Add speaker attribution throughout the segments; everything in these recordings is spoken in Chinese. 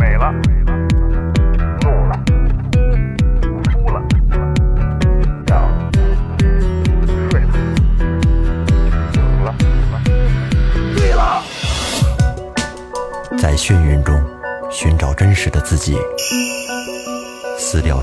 Speaker 1: 美了，怒了，哭了，笑了，睡了，醒了，醉了。
Speaker 2: 在眩晕中寻找真实的自己，撕掉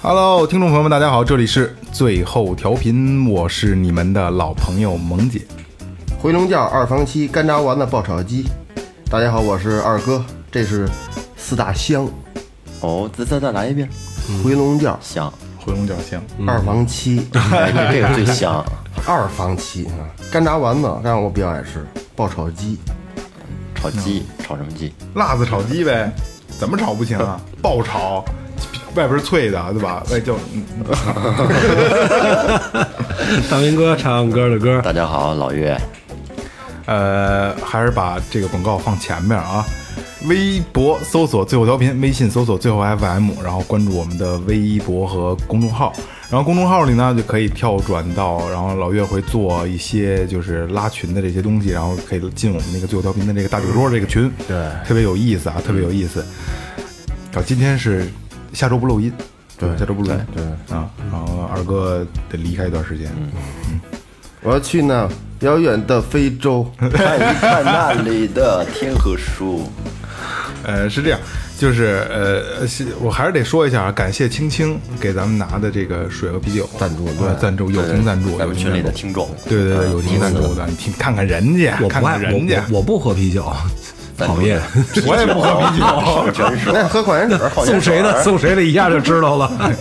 Speaker 3: Hello，听众朋友们，大家好，这里是最后调频，我是你们的老朋友萌姐。
Speaker 4: 回笼觉二房七干炸丸子爆炒鸡。大家好，我是二哥，这是四大香。
Speaker 5: 哦，再再再来一遍，
Speaker 4: 回笼觉、
Speaker 5: 香，
Speaker 3: 回笼觉香，
Speaker 4: 二房七，
Speaker 6: 哎
Speaker 5: 这 个最香。
Speaker 4: 二房七啊，干炸丸子，干我比较爱吃，爆炒鸡，
Speaker 5: 炒鸡，炒什么鸡？
Speaker 3: 辣子炒鸡呗，怎么炒不行啊？爆炒，外边是脆的，对吧？外焦，嗯
Speaker 6: 大明哥唱歌的歌，
Speaker 5: 大家好，老岳，
Speaker 3: 呃，还是把这个广告放前面啊。微博搜索最后调频，微信搜索最后 FM，然后关注我们的微博和公众号。然后公众号里呢，就可以跳转到，然后老岳会做一些就是拉群的这些东西，然后可以进我们那个最后调频的这个大酒桌这个群，对，特别有意思啊，特别有意思。然后今天是下周不录音，对，下周不录音，对嗯啊。然后二哥得离开一段时间，
Speaker 4: 我要去那遥远的非洲。
Speaker 5: 看一看那里的天和树。
Speaker 3: 呃，是这样，就是呃，是我还是得说一下，啊，感谢青青给咱们拿的这个水和啤酒赞助，对，赞助友情赞助，
Speaker 5: 咱
Speaker 3: 友
Speaker 5: 们
Speaker 3: 情
Speaker 5: 群里
Speaker 3: 赞
Speaker 5: 的
Speaker 3: 助，
Speaker 5: 听众，
Speaker 3: 对对对，友情赞助的，你听看看人家，
Speaker 6: 我
Speaker 3: 看
Speaker 6: 不爱
Speaker 3: 看人家
Speaker 6: 我，我我不喝啤酒，
Speaker 5: 咱
Speaker 6: 讨厌。
Speaker 3: 我也不喝啤酒。
Speaker 5: 全是
Speaker 4: 那哎喝矿泉水，
Speaker 6: 送谁的？送谁的？一下就知道了。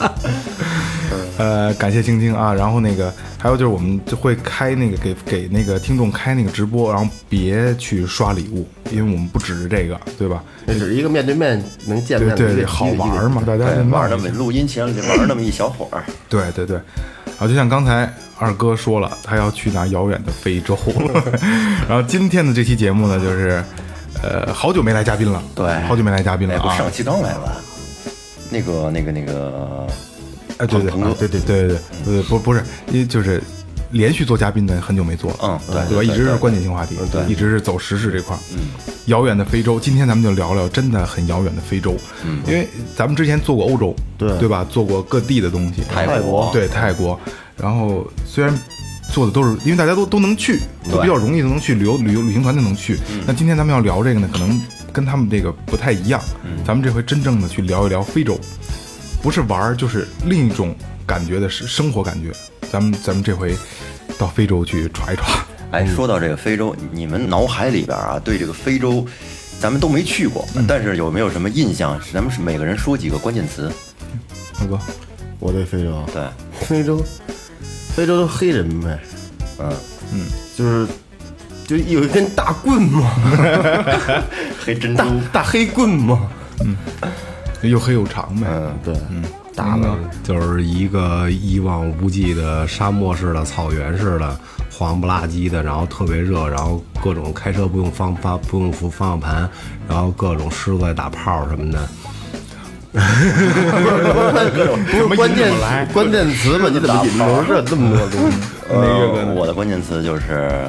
Speaker 3: 呃，感谢青青啊，然后那个还有就是我们就会开那个给给那个听众开那个直播，然后别去刷礼物，因为我们不指着这个，对吧？
Speaker 4: 那只是一个面对面能见
Speaker 3: 对
Speaker 4: 面的
Speaker 3: 对
Speaker 4: 一
Speaker 3: 对，
Speaker 4: 个
Speaker 3: 好玩儿。嘛，大家
Speaker 5: 对
Speaker 3: 就闹
Speaker 5: 玩
Speaker 3: 一
Speaker 5: 哎那
Speaker 3: 下
Speaker 5: 么录音前就玩那么一小会儿，
Speaker 3: 对对对，然后就像刚才二哥说了，他要去那遥远的非洲。 然后今天的这期节目呢，就是呃，好久没来嘉宾了，
Speaker 5: 对
Speaker 3: 好久没来嘉宾了
Speaker 5: 哎，不
Speaker 3: 啊，
Speaker 5: 上期刚来吧？那个那个那个，
Speaker 3: 哎，对对
Speaker 5: 鹏哥
Speaker 3: 啊对对对对对对，不不是，因为就是连续做嘉宾的很久没做了，
Speaker 5: 嗯对
Speaker 3: 对吧？
Speaker 5: 对
Speaker 3: 一直
Speaker 5: 对
Speaker 3: 是
Speaker 5: 对
Speaker 3: 观点性话题，
Speaker 5: 对
Speaker 3: 一直是走时事这块儿。嗯，遥远的非洲，今天咱们就聊聊真的很遥远的非洲，嗯，因为咱们之前做过欧洲，对对吧？做过各地的东西，
Speaker 5: 泰泰国
Speaker 3: 对泰国，然后虽然。做的都是因为大家都都能去，都
Speaker 5: 对嗯
Speaker 3: 比较容易都能去旅游旅游旅行团就能去。那今天咱们要聊这个呢，可能跟他们这个不太一样。
Speaker 5: 嗯
Speaker 3: 咱们这回真正的去聊一聊非洲，不是玩儿，就是另一种感觉的生生活感觉。咱们咱们这回到非洲去闯一闯，
Speaker 5: 哎，
Speaker 2: 嗯
Speaker 5: 说到这个非洲，你们脑海里边啊，对这个非洲，咱们都没去过，
Speaker 2: 嗯
Speaker 5: 但是有没有什么印象？咱们是每个人说几个关键词？
Speaker 3: 大哥，
Speaker 4: 我对非洲，
Speaker 5: 对，
Speaker 4: 非洲，非洲都黑人呗，
Speaker 5: 嗯，
Speaker 4: 啊就是就有一根大棍嘛，
Speaker 5: 黑珍
Speaker 4: 大大 黑棍嘛。
Speaker 3: 又黑又长呗。
Speaker 4: 嗯，对，
Speaker 6: 打了，就是一个一望无际的沙漠似的、草原似的、黄不拉几的，然后特别热，然后各种开车不用方方不用扶方向盘，然后各种狮子在打炮什么的。
Speaker 4: 嗯 不是关键关键词 嘛？你怎么引流这这么多 东西？
Speaker 5: 呃，我的关键词就是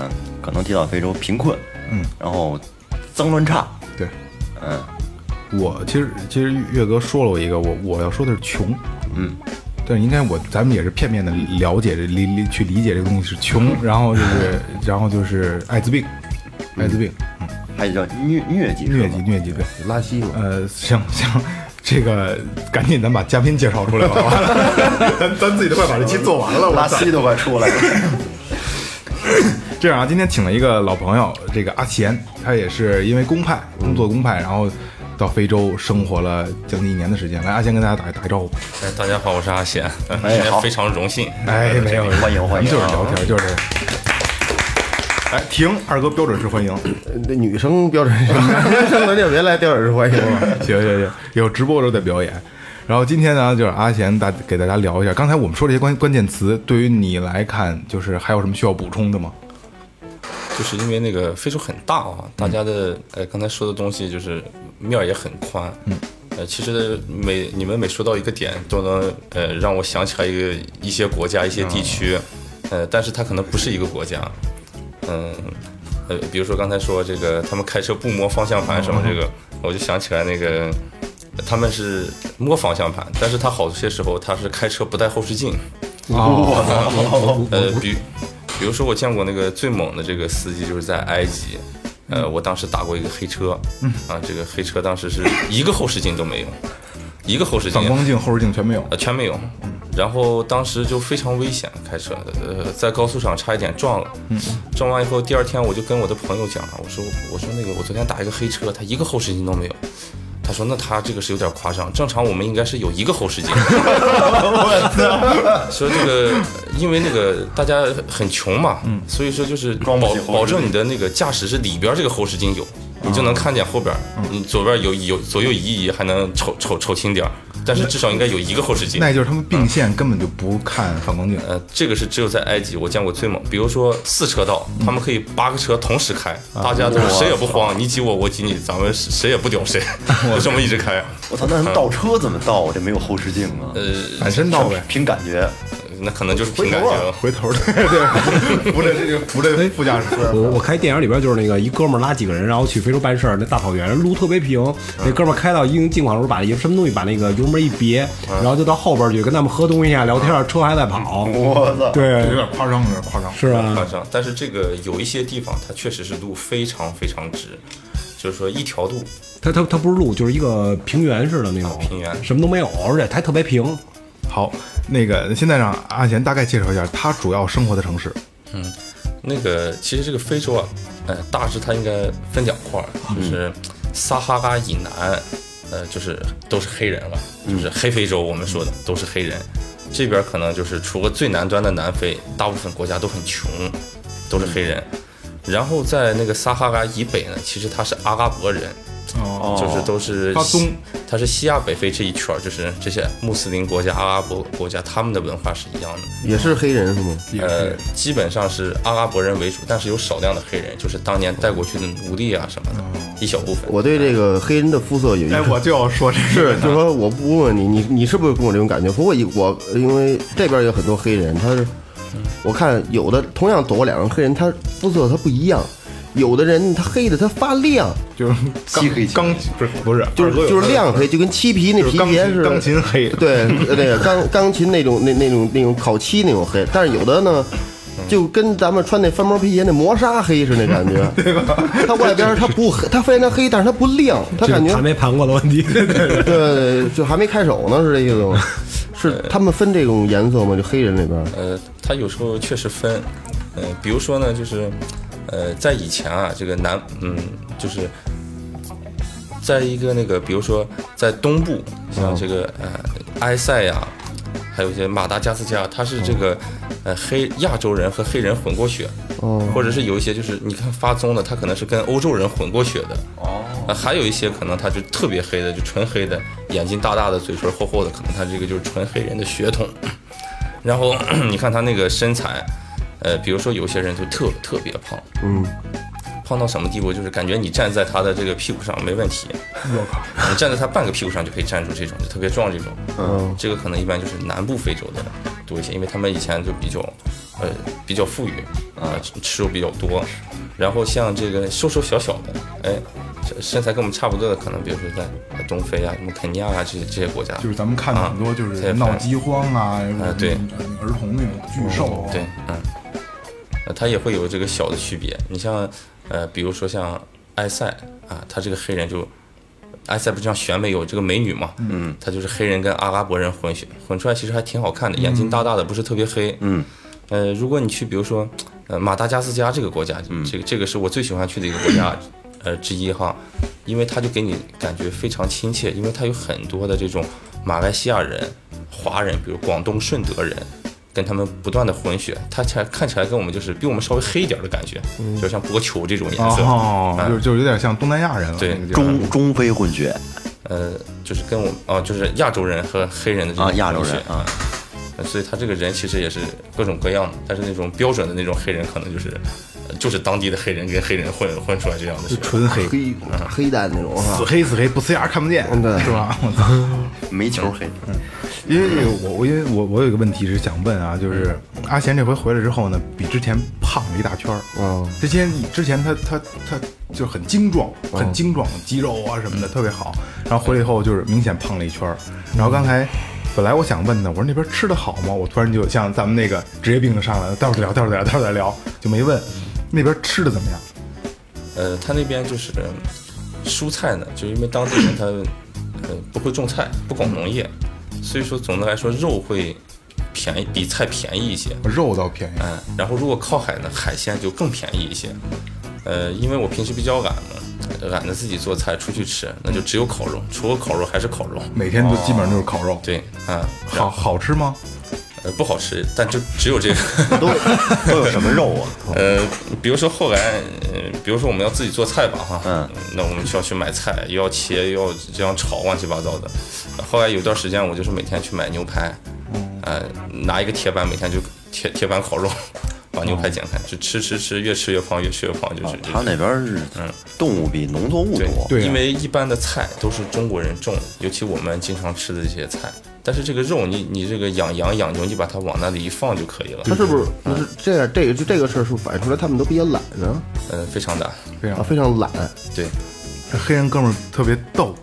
Speaker 5: 可能提到非洲贫困，嗯，然后脏乱差，
Speaker 3: 对，嗯，我其实其实岳哥说了我一个，我我要说的是穷，嗯，但是应该我咱们也是片面的了解这理理去理解这个东西是 穷，然后就是然后就是艾滋病，艾滋病，
Speaker 5: 还有叫疟疟疾，
Speaker 3: 疟疾疟疾对。
Speaker 4: 拉稀嘛。
Speaker 3: 呃，行行，这个赶紧咱把嘉宾介绍出来 吧，好吧咱咱自己都快把这期做完了，
Speaker 5: 拉
Speaker 3: 我操！
Speaker 5: 稀都快出来了。
Speaker 3: 这样啊，今天请了一个老朋友，这个阿贤，他也是因为公派工作公派，然后到非洲生活了将近一年的时间。来，阿贤跟大家打打个招呼。
Speaker 7: 哎，大哎家好，我是阿贤， 今
Speaker 5: 好
Speaker 7: 天非常荣幸，
Speaker 3: 哎
Speaker 5: 啊
Speaker 3: 哎，没有，
Speaker 5: 欢迎欢迎
Speaker 3: 就是聊天，就是哎，停，二哥标准式欢 迎，
Speaker 4: 呃那女生标准 是什么样，男生咱就别来标准式欢迎了。
Speaker 3: 行行行，有直播的时候再表演。然后今天呢，就是阿贤大给大家聊一下，刚才我们说这些关关键词，对于你来看，就是还有什么需要补充的吗？
Speaker 7: 就是因为那个非洲很大啊，大家的呃刚才说的东西就是面儿也很宽，嗯，呃其实每你们每说到一个点，都能呃让我想起来一个一些国家一些地区，呃但是它可能不是一个国家，嗯呃比如说刚才说这个他们开车不摸方向盘什么这个，我就想起来那个。呃他们是摸方向盘，但是他好些时候他是开车不带后视镜，
Speaker 3: 哦
Speaker 7: 呃，比比如说我见过那个最猛的这个司机就是在埃及，呃，我当时打过一个黑车，
Speaker 3: 嗯
Speaker 7: 啊，这个黑车当时是一个后视镜都没有，一个后视镜
Speaker 3: 反光镜、后视镜全没有。
Speaker 7: 呃全没有，然后当时就非常危险开车，呃，在高速上差一点撞了，
Speaker 5: 嗯
Speaker 7: 嗯撞完以后第二天我就跟我的朋友讲了，我说我说那个我昨天打一个黑车，他一个后视镜都没有。他说：“那他这个是有点夸张，正常我们应该是有一个后 视镜。”说这个，因为那个大家很穷嘛，所以说就是
Speaker 5: 嗯装不
Speaker 7: 保
Speaker 5: 起后视镜
Speaker 7: 保证你的那个驾驶是里边这个后视镜有，你就能看见后边儿，
Speaker 3: 嗯
Speaker 7: 你左边有有左右移移还能瞅瞅瞅清点儿，但是至少应该有一个后视镜。
Speaker 3: 那也就是他们并线根本就不看反光镜，
Speaker 7: 呃，这个是只有在埃及我见过最猛。比如说四车道，
Speaker 3: 嗯
Speaker 7: 他们可以八个车同时开，
Speaker 3: 啊
Speaker 7: 大家都是谁也不慌，你挤我，我挤你，咱们谁也不屌 谁，就这么一直开。
Speaker 5: 我操，那他们倒车怎么倒啊？这没有后视镜啊，
Speaker 7: 呃
Speaker 3: 反身到呗，
Speaker 5: 凭感觉。
Speaker 7: 那可能就是凭感觉了。
Speaker 3: 回头对 对，扶着这个扶着副驾驶。
Speaker 6: 我我看一电影里边就是那个一哥们儿拉几个人，然后去非洲办事儿，那大草原路特别
Speaker 4: 嗯
Speaker 6: 平，那哥们儿开到一定境况的时候，把一什么东西把那个油门一别，
Speaker 4: 嗯
Speaker 6: 然后就到后边去跟他们河东一下聊天，啊车还在跑，
Speaker 5: 我操！
Speaker 3: 有
Speaker 6: 对，
Speaker 3: 点夸张，有点夸张。
Speaker 6: 是啊吧？
Speaker 7: 夸张，但是这个有一些地方它确实是路非常非常直，就是说一条路
Speaker 6: 它它它不是路，就是一个平原似的那种
Speaker 7: 平原
Speaker 6: 什么都没有，而且还特别平。
Speaker 3: 好，那个现在让阿贤大概介绍一下他主要生活的城市。
Speaker 7: 那个其实这个非洲啊，呃，大致它应该分两块儿，就是撒哈拉以南，呃，就是都是黑人了，就是黑非洲，我们说的都是黑人。这边可能就是除了最南端的南非，大部分国家都很穷，都是黑人。然后在那个撒哈拉以北呢，其实它是阿拉伯人，
Speaker 3: 哦，
Speaker 7: 就是都是
Speaker 3: 发
Speaker 7: 西
Speaker 3: 东
Speaker 7: 它是西亚北非这一圈儿，就是这些穆斯林国家、阿拉伯国家，他们的文化是一样的。
Speaker 4: 也是黑人是吗？
Speaker 7: 呃，基本上是阿拉伯人为主，但是有少量的黑人，就是当年带过去的奴隶啊什么的，一小部分。
Speaker 4: 我对这个黑人的肤色有一
Speaker 3: 哎，我就要说这
Speaker 4: 是
Speaker 3: 个，，
Speaker 4: 就是说我不问你，你你是不是跟我这种感觉？不过一我因为这边有很多黑人，他是
Speaker 3: 嗯
Speaker 4: 我看有的同样走过两个黑人，他肤色他不一样，有的人他黑的他发亮，
Speaker 3: 就是
Speaker 5: 漆黑漆
Speaker 3: 钢不是不是，
Speaker 4: 就是
Speaker 3: 二哥有
Speaker 4: 就是
Speaker 3: 他的嗯
Speaker 4: 亮黑，就跟漆皮那
Speaker 3: 就是
Speaker 4: 皮
Speaker 3: 钢
Speaker 4: 鞋
Speaker 3: 琴
Speaker 4: 似
Speaker 3: 钢
Speaker 4: 的。
Speaker 3: 琴黑，
Speaker 4: 对，呃那个钢钢琴那种那那种那种烤漆那种黑，但是有的呢，
Speaker 3: 嗯
Speaker 4: 就跟咱们穿那翻毛皮鞋那磨砂黑似的感 觉，对吧？它外边它不黑，它非常黑，但是它不亮，它
Speaker 6: 这
Speaker 4: 感觉
Speaker 6: 盘没盘过的问题，
Speaker 4: 对，就还没开手呢，是这意思吗？是他们分这种颜色吗？就黑人里边，
Speaker 7: 呃，他有时候确实分，呃，比如说呢，就是，呃，在以前啊，这个南，嗯，就是，在一个那个，比如说在东部，像这个呃埃塞呀、还有一些马达加斯加，它是这个呃黑亚洲人和黑人混过血，或者是有一些就是你看发棕的，他可能是跟欧洲人混过血的，哦，还有一些可能他就特别黑的，就纯黑的，眼睛大大的，嘴唇厚厚的，可能他这个就是纯黑人的血统。然后 你看他那个身材，呃，比如说有些人就特特别胖，嗯，胖到什么地步？就是感觉你站在他的这个屁股上没问题，我靠，你站在他半个屁股上就可以站住这种，就特别壮这种，嗯，这个可能一般就是南部非洲的多一些，因为他们以前就比较，呃，比较富裕，啊、吃肉比较多，然后像这个瘦瘦小小的，哎。这身材跟我们差不多的，可能比如说在东非啊、什么肯尼亚啊这些这些国家，
Speaker 3: 就是咱们看的很多就
Speaker 7: 啊
Speaker 3: 是
Speaker 7: 对
Speaker 3: 闹饥荒啊，
Speaker 7: 啊对
Speaker 3: 儿童那种巨兽啊，
Speaker 7: 对，嗯，呃，它也会有这个小的区别。你像，呃，比如说像埃塞啊，他这个黑人就，埃塞不是像选美有这个美女嘛，嗯，他就是黑人跟阿拉伯人混血，混出来其实还挺好
Speaker 3: 嗯
Speaker 7: 看的，眼睛大大的，不是特别黑，嗯，呃，如果你去比如说，呃，马达加斯加这个国家，
Speaker 3: 嗯
Speaker 7: 这个这个是我最喜欢去的一个国家，呃之一哈，因为它就给你感觉非常亲切，因为它有很多的这种马来西亚人、华人，比如广东顺德人。跟他们不断的混血，它才看起来跟我们就是比我们稍微黑一点的感觉，就像波球这种颜色，
Speaker 3: 嗯哦，
Speaker 7: 嗯
Speaker 3: 就就有点像东南亚人了，
Speaker 7: 对
Speaker 3: 那个地儿
Speaker 5: 中中非混血
Speaker 7: 呃，就是跟我们哦、就是亚洲人和黑人的这种
Speaker 5: 啊，亚洲
Speaker 7: 混
Speaker 5: 人
Speaker 7: 血
Speaker 5: 啊，
Speaker 7: 呃所以他这个人其实也是各种各样的，但是那种标准的那种黑人，可能就是呃就是当地的黑人跟黑人混混出来这样的血。
Speaker 3: 纯黑，
Speaker 4: 黑黑蛋那种
Speaker 3: 死
Speaker 4: 哈，
Speaker 3: 黑死黑，不呲牙看不见，
Speaker 4: 对
Speaker 3: 是吧？我操！
Speaker 5: 煤球黑，
Speaker 7: 嗯
Speaker 3: 因为我我因为我我有一个问题是想问啊，就是阿贤这回回来之后呢，比之前胖了一大圈儿。
Speaker 4: 嗯，
Speaker 3: 之前之前他他他就很精壮，很精壮，肌肉啊什么的特别好。然后回来以后就是明显胖了一圈儿。然后刚才本来我想问呢，我说那边吃的好吗？我突然就像咱们那个职业病就上来了，待会儿再聊，待会儿再聊，待会儿再聊，就没问那边吃的怎么样。
Speaker 7: 呃，他那边就是嗯蔬菜呢，就因为当地人他呃不会种菜，不搞农业，所以说总的来说肉会便宜，比菜便宜一些。
Speaker 3: 肉倒便宜，
Speaker 7: 嗯，然后如果靠海呢，海鲜就更便宜一些。呃，因为我平时比较懒嘛，懒得自己做菜出去吃，那就只有烤肉，除了烤肉还是烤肉。
Speaker 3: 每天都基本上就是烤肉。
Speaker 7: 对啊，然
Speaker 3: 好好吃吗？
Speaker 7: 呃不好吃，但就只有这个。
Speaker 5: 都都有什么肉啊？
Speaker 7: 呃，比如说后来，呃，比如说我们要自己做菜吧，哈，
Speaker 5: 嗯，
Speaker 7: 那我们需要去买菜，又要切，又要这样炒，乱七八糟的。后来有段时间，我就是每天去买牛排，呃，拿一个铁板，每天就铁铁板烤肉，把牛排剪开，就吃吃吃，越吃越胖，越吃越胖， 就是这
Speaker 5: 他
Speaker 7: 种。
Speaker 5: 那边是动物比农作物
Speaker 7: 对
Speaker 5: 多，
Speaker 3: 对啊
Speaker 7: 因为一般的菜都是中国人种，尤其我们经常吃的这些菜。但是这个肉你，你这个养羊养牛，你把它往那里一放就可以了。
Speaker 4: 他是不是不是这样？这个就这个事儿，是不是反映出来他们都比较懒呢？
Speaker 7: 呃，非常大，
Speaker 3: 非常
Speaker 4: 啊，非常懒。
Speaker 7: 对，
Speaker 3: 这黑人哥们儿特别逗，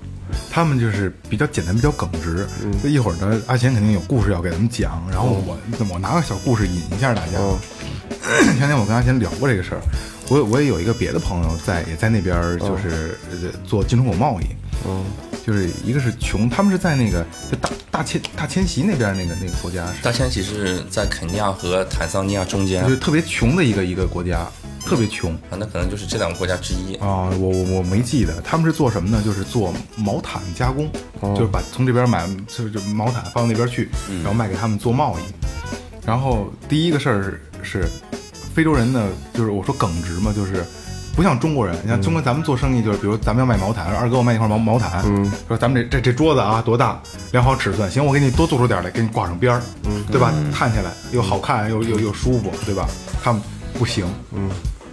Speaker 3: 他们就是比较简单，比较耿直。所以一会儿呢，阿贤肯定有故事要给他们讲，然后我、我拿个小故事引一下大家。前天我跟阿贤聊过这个事儿，我我也有一个别的朋友在也在那边儿，就是、呃做进出口贸易。就是一个是穷，他们是在那个就大大迁大迁徙那边儿那个那个国家是
Speaker 7: 大迁徙是在肯尼亚和坦桑尼亚中间，
Speaker 3: 就是特别穷的一个一个国家，特别穷。
Speaker 7: 啊，那可能就是这两个国家之一。
Speaker 3: 啊、我我我没记得，他们是做什么呢？就是做毛毯加工，就是把从这边买，就是就毛毯放到那边去，然后卖给他们做贸易。然后第一个事儿是，是非洲人呢，就是我说耿直嘛，就是不像中国人，你像中国咱们做生意，就是比如咱们要卖毛毯，说二哥我卖一块毛毛毯，说咱们这这这桌子啊多大，量好尺寸，行，我给你多做出点来，给你挂上边儿，对吧？看起来又好看又又又舒服，对吧？他们不行，嗯。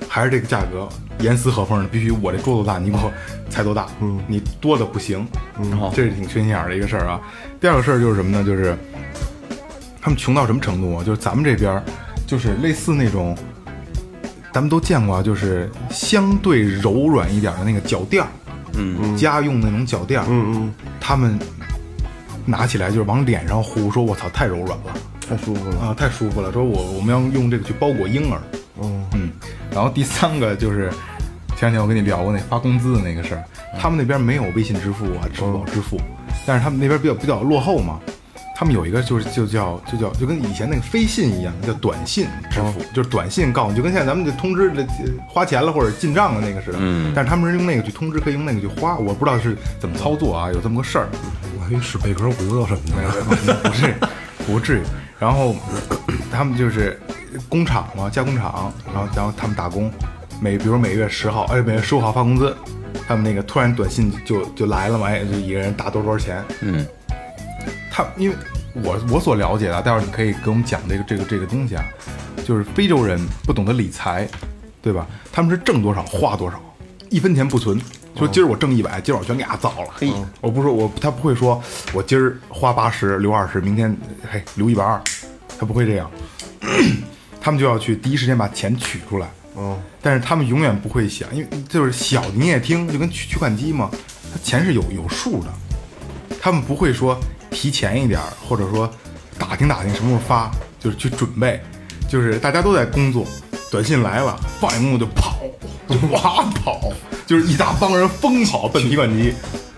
Speaker 3: 还是这个价格，严丝合缝的，必须我这桌子大，你给我裁多大，嗯，你多的不行，嗯，这是挺缺心眼儿的一个事儿啊。第二个事儿就是什么呢？就是他们穷到什么程度啊？就是咱们这边儿，就是类似那种，咱们都见过，啊，就是相对柔软一点的那个脚垫儿，嗯，家用那种脚垫儿，嗯嗯，他们拿起来就是往脸上呼，说我操，太柔软了。
Speaker 4: 太舒服了，
Speaker 3: 啊，太舒服了。说我我们要用这个去包裹婴儿。
Speaker 4: 哦，
Speaker 3: 嗯，然后第三个就是前两天我跟你聊过那发工资的那个事儿，他们那边没有微信支付啊、支付宝支付，但是他们那边比较比较落后嘛。他们有一个就是就叫就叫就跟以前那个飞信一样，叫短信支付，就是短信告诉你，就跟现在咱们这通知这这花钱了或者进账的那个似的。嗯，但是他们是用那个去通知，可以用那个去花，我不知道是怎么操作啊，有这么个事儿。
Speaker 6: 我还以为是贝壳骨头什么的。
Speaker 3: 不是，不至于。然后他们就是工厂嘛，加工厂，然后然后他们打工，每比如每月十号，哎，每月十五号发工资，他们那个突然短信就就来了嘛，哎，就一个人打多少多少钱，
Speaker 5: 嗯，
Speaker 3: 他因为我我所了解的，待会儿你可以给我们讲这个这个这个东西啊，就是非洲人不懂得理财，对吧？他们是挣多少花多少，一分钱不存。说今儿我挣一百，今儿我全给他造了。嘿，我不说我他不会说，我今儿花八十留二十，明天嘿留一百二，他不会这样。他们就要去第一时间把钱取出来。嗯，但是他们永远不会想，因为就是小的你也听，就跟取取款机嘛，他钱是有有数的。他们不会说提前一点儿，或者说打听打听什么时候发，就是去准备，就是大家都在工作，短信来了，放一幕就跑，就哇跑，就是一大帮人疯跑奔提款机，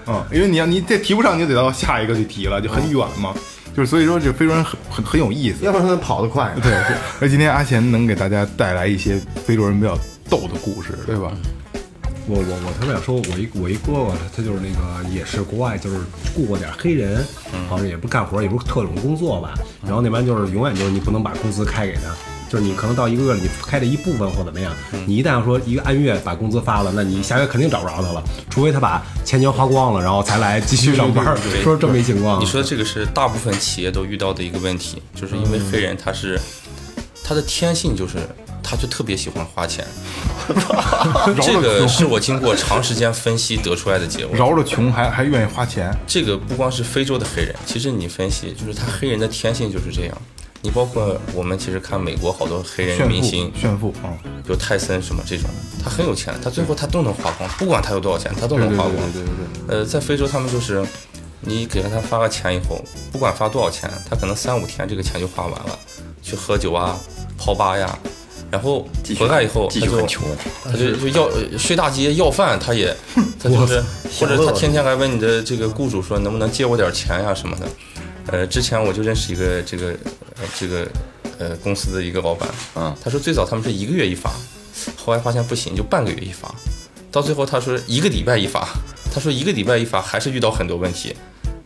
Speaker 3: 嗯，因为你要你这提不上，你就得到下一个去提了，就很远嘛，就是所以说这非洲人很很很有意思，
Speaker 4: 要不然他跑得快。
Speaker 3: 对，是
Speaker 7: 嗯
Speaker 3: 而今天阿贤能给大家带来一些非洲人比较逗的故事，对吧？
Speaker 6: 我我我特别想说，我一我一哥哥，他就是那个也是国外，就是雇过点黑人，
Speaker 7: 嗯
Speaker 6: 好像也不干活，也不是特种工作吧。然后那边就是永远就是你不能把工资开给他，就是你可能到一个月里你开这一部分或怎么样，
Speaker 7: 嗯
Speaker 6: 你一旦说一个按月把工资发了，那你下月肯定找不着他了，除非他把钱全花光了，然后才来继续上班。
Speaker 7: 对
Speaker 6: 说这么一情况，
Speaker 7: 你说这个是大部分企业都遇到的一个问题，就是因为黑人他是他的天性就是。他就特别喜欢花钱，这个是我经过长时间分析得出来的结果。
Speaker 3: 饶了穷还还愿意花钱，
Speaker 7: 这个不光是非洲的黑人，其实你分析，就是他黑人的天性就是这样。你包括我们其实看美国好多黑人
Speaker 3: 炫
Speaker 7: 明
Speaker 3: 富
Speaker 7: 星，
Speaker 3: 炫富啊！嗯
Speaker 7: 比如泰森什么这种，他很有钱，他最后他都能花光，不管他有多少钱，他都能花光。
Speaker 3: 对对，
Speaker 7: 呃，在非洲他们就是，你给了他发了钱以后，不管发多少钱，他可能三五天这个钱就花完了，去喝酒啊、泡吧呀，然后
Speaker 5: 继续
Speaker 7: 回来以后
Speaker 5: 继
Speaker 7: 他
Speaker 5: 续
Speaker 7: 就
Speaker 5: 很穷，
Speaker 7: 他就就要呃睡大街要饭，他也他就是或者他天天来问你的这个雇主说能不能借我点钱呀、什么的。呃，之前我就认识一个这个呃这个呃公司的一个老板，
Speaker 5: 嗯
Speaker 7: 他说最早他们是一个月一发，后来发现不行，就半个月一发，到最后他说一个礼拜一发，他说一个礼拜一发还是遇到很多问题。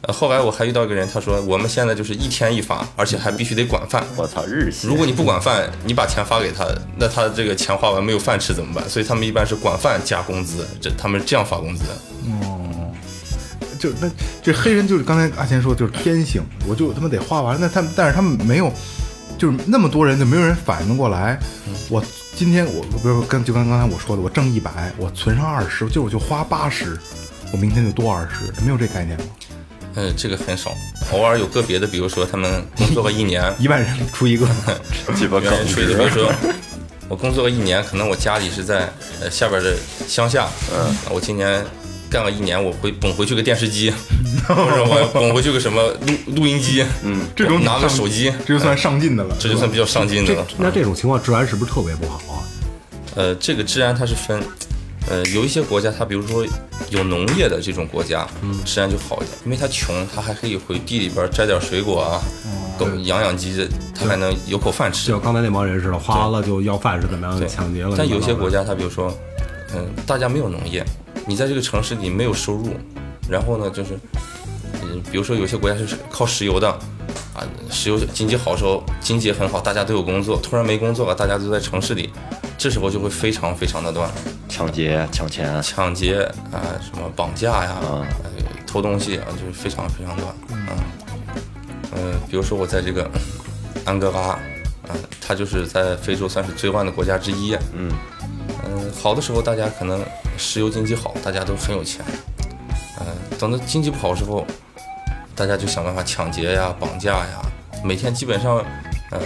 Speaker 7: 呃，后来我还遇到一个人，他说我们现在就是一天一发，而且还必须得管饭。
Speaker 5: 我操，日系。
Speaker 7: 如果你不管饭，你把钱发给他，那他这个钱花完没有饭吃怎么办？所以他们一般是管饭加工资，这他们是这样发工资。
Speaker 3: 就那这黑人就是刚才阿贤说，就是天性，我就他妈得花完。那他们，但是他们没有，就是那么多人，就没有人反应过来。
Speaker 7: 嗯
Speaker 3: 我今天我不是跟就跟刚才我说的，我挣一百，我存上二十，就是我就花八十，我明天就多二十，没有这概念吗？
Speaker 7: 嗯，这个很少，偶尔有个别的，比如说他们工作个一 年，
Speaker 3: 一万人出 一个，
Speaker 5: 鸡巴
Speaker 7: 原来
Speaker 5: 梗
Speaker 7: 吹的，
Speaker 5: 直
Speaker 7: 比如说我工作个一年，可能我家里是在呃下边的乡下，嗯，我今年干了一年，我回捧回去个电视 机，或者我捧回去个什么录录音机，嗯，
Speaker 3: 这种
Speaker 7: 拿个手机，
Speaker 3: 这就算上进的了。
Speaker 7: 这就算比较上进的
Speaker 6: 这
Speaker 7: 了。
Speaker 6: 啊
Speaker 7: 嗯
Speaker 6: 那这种情况治安是不是特别不好啊？
Speaker 7: 呃，这个治安它是分，呃，有一些国家它比如说有农业的这种国家，
Speaker 6: 嗯
Speaker 7: 治安就好一点，因为它穷，它还可以回地里边儿摘点水果啊，狗养养鸡，它还能有口饭
Speaker 6: 嗯
Speaker 7: 吃
Speaker 6: 就。刚才那帮人似的，花完了就要饭是怎么样，
Speaker 7: 对，
Speaker 6: 抢劫了。
Speaker 7: 但有些国
Speaker 6: 家
Speaker 7: 家，它比如说，嗯、大家没有农业，你在这个城市里没有收入，然后呢，就是，嗯、比如说有些国家是靠石油的，啊，石油经济好时候，经济也很好，大家都有工作，突然没工作了，大家都在城市里，这时候就会非常非常的乱。
Speaker 5: 抢劫抢钱，
Speaker 7: 抢劫啊、什么绑架呀、
Speaker 5: 啊
Speaker 7: 呃偷东西啊，就是非常非常乱。嗯，呃，比如说我在这个安哥拉，啊、它就是在非洲算是最乱的国家之一。嗯，嗯，好的时候大家可能石油经济好，大家都很有钱。嗯、等到经济不好的时候，大家就想办法抢劫呀、绑架呀，每天基本上，呃，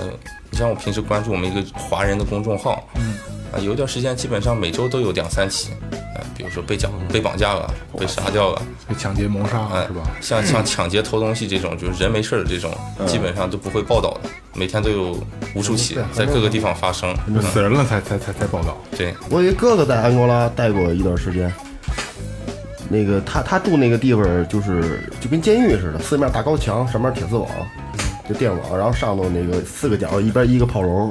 Speaker 7: 你像我平时关注我们一个华人的公众号，嗯，啊、有一段时间基本上每周都有两三起，呃，比如说被绑被绑架了、被杀掉了，
Speaker 3: 被抢劫谋杀啊
Speaker 7: 哎
Speaker 3: 是吧？
Speaker 7: 像像抢劫、偷东西这种，就是人没事儿的这种，
Speaker 3: 嗯
Speaker 7: 基本上都不会报道的，每天都有无数起在各个地方发生。嗯
Speaker 3: 就死人了才才才才报道。
Speaker 7: 对，
Speaker 4: 我有一哥哥在安哥拉待过一段时间，那个他他住那个地方就是就跟监狱似的，四面大高墙，上面铁丝网，就电网，然后上头那个四个角，一边一个炮楼，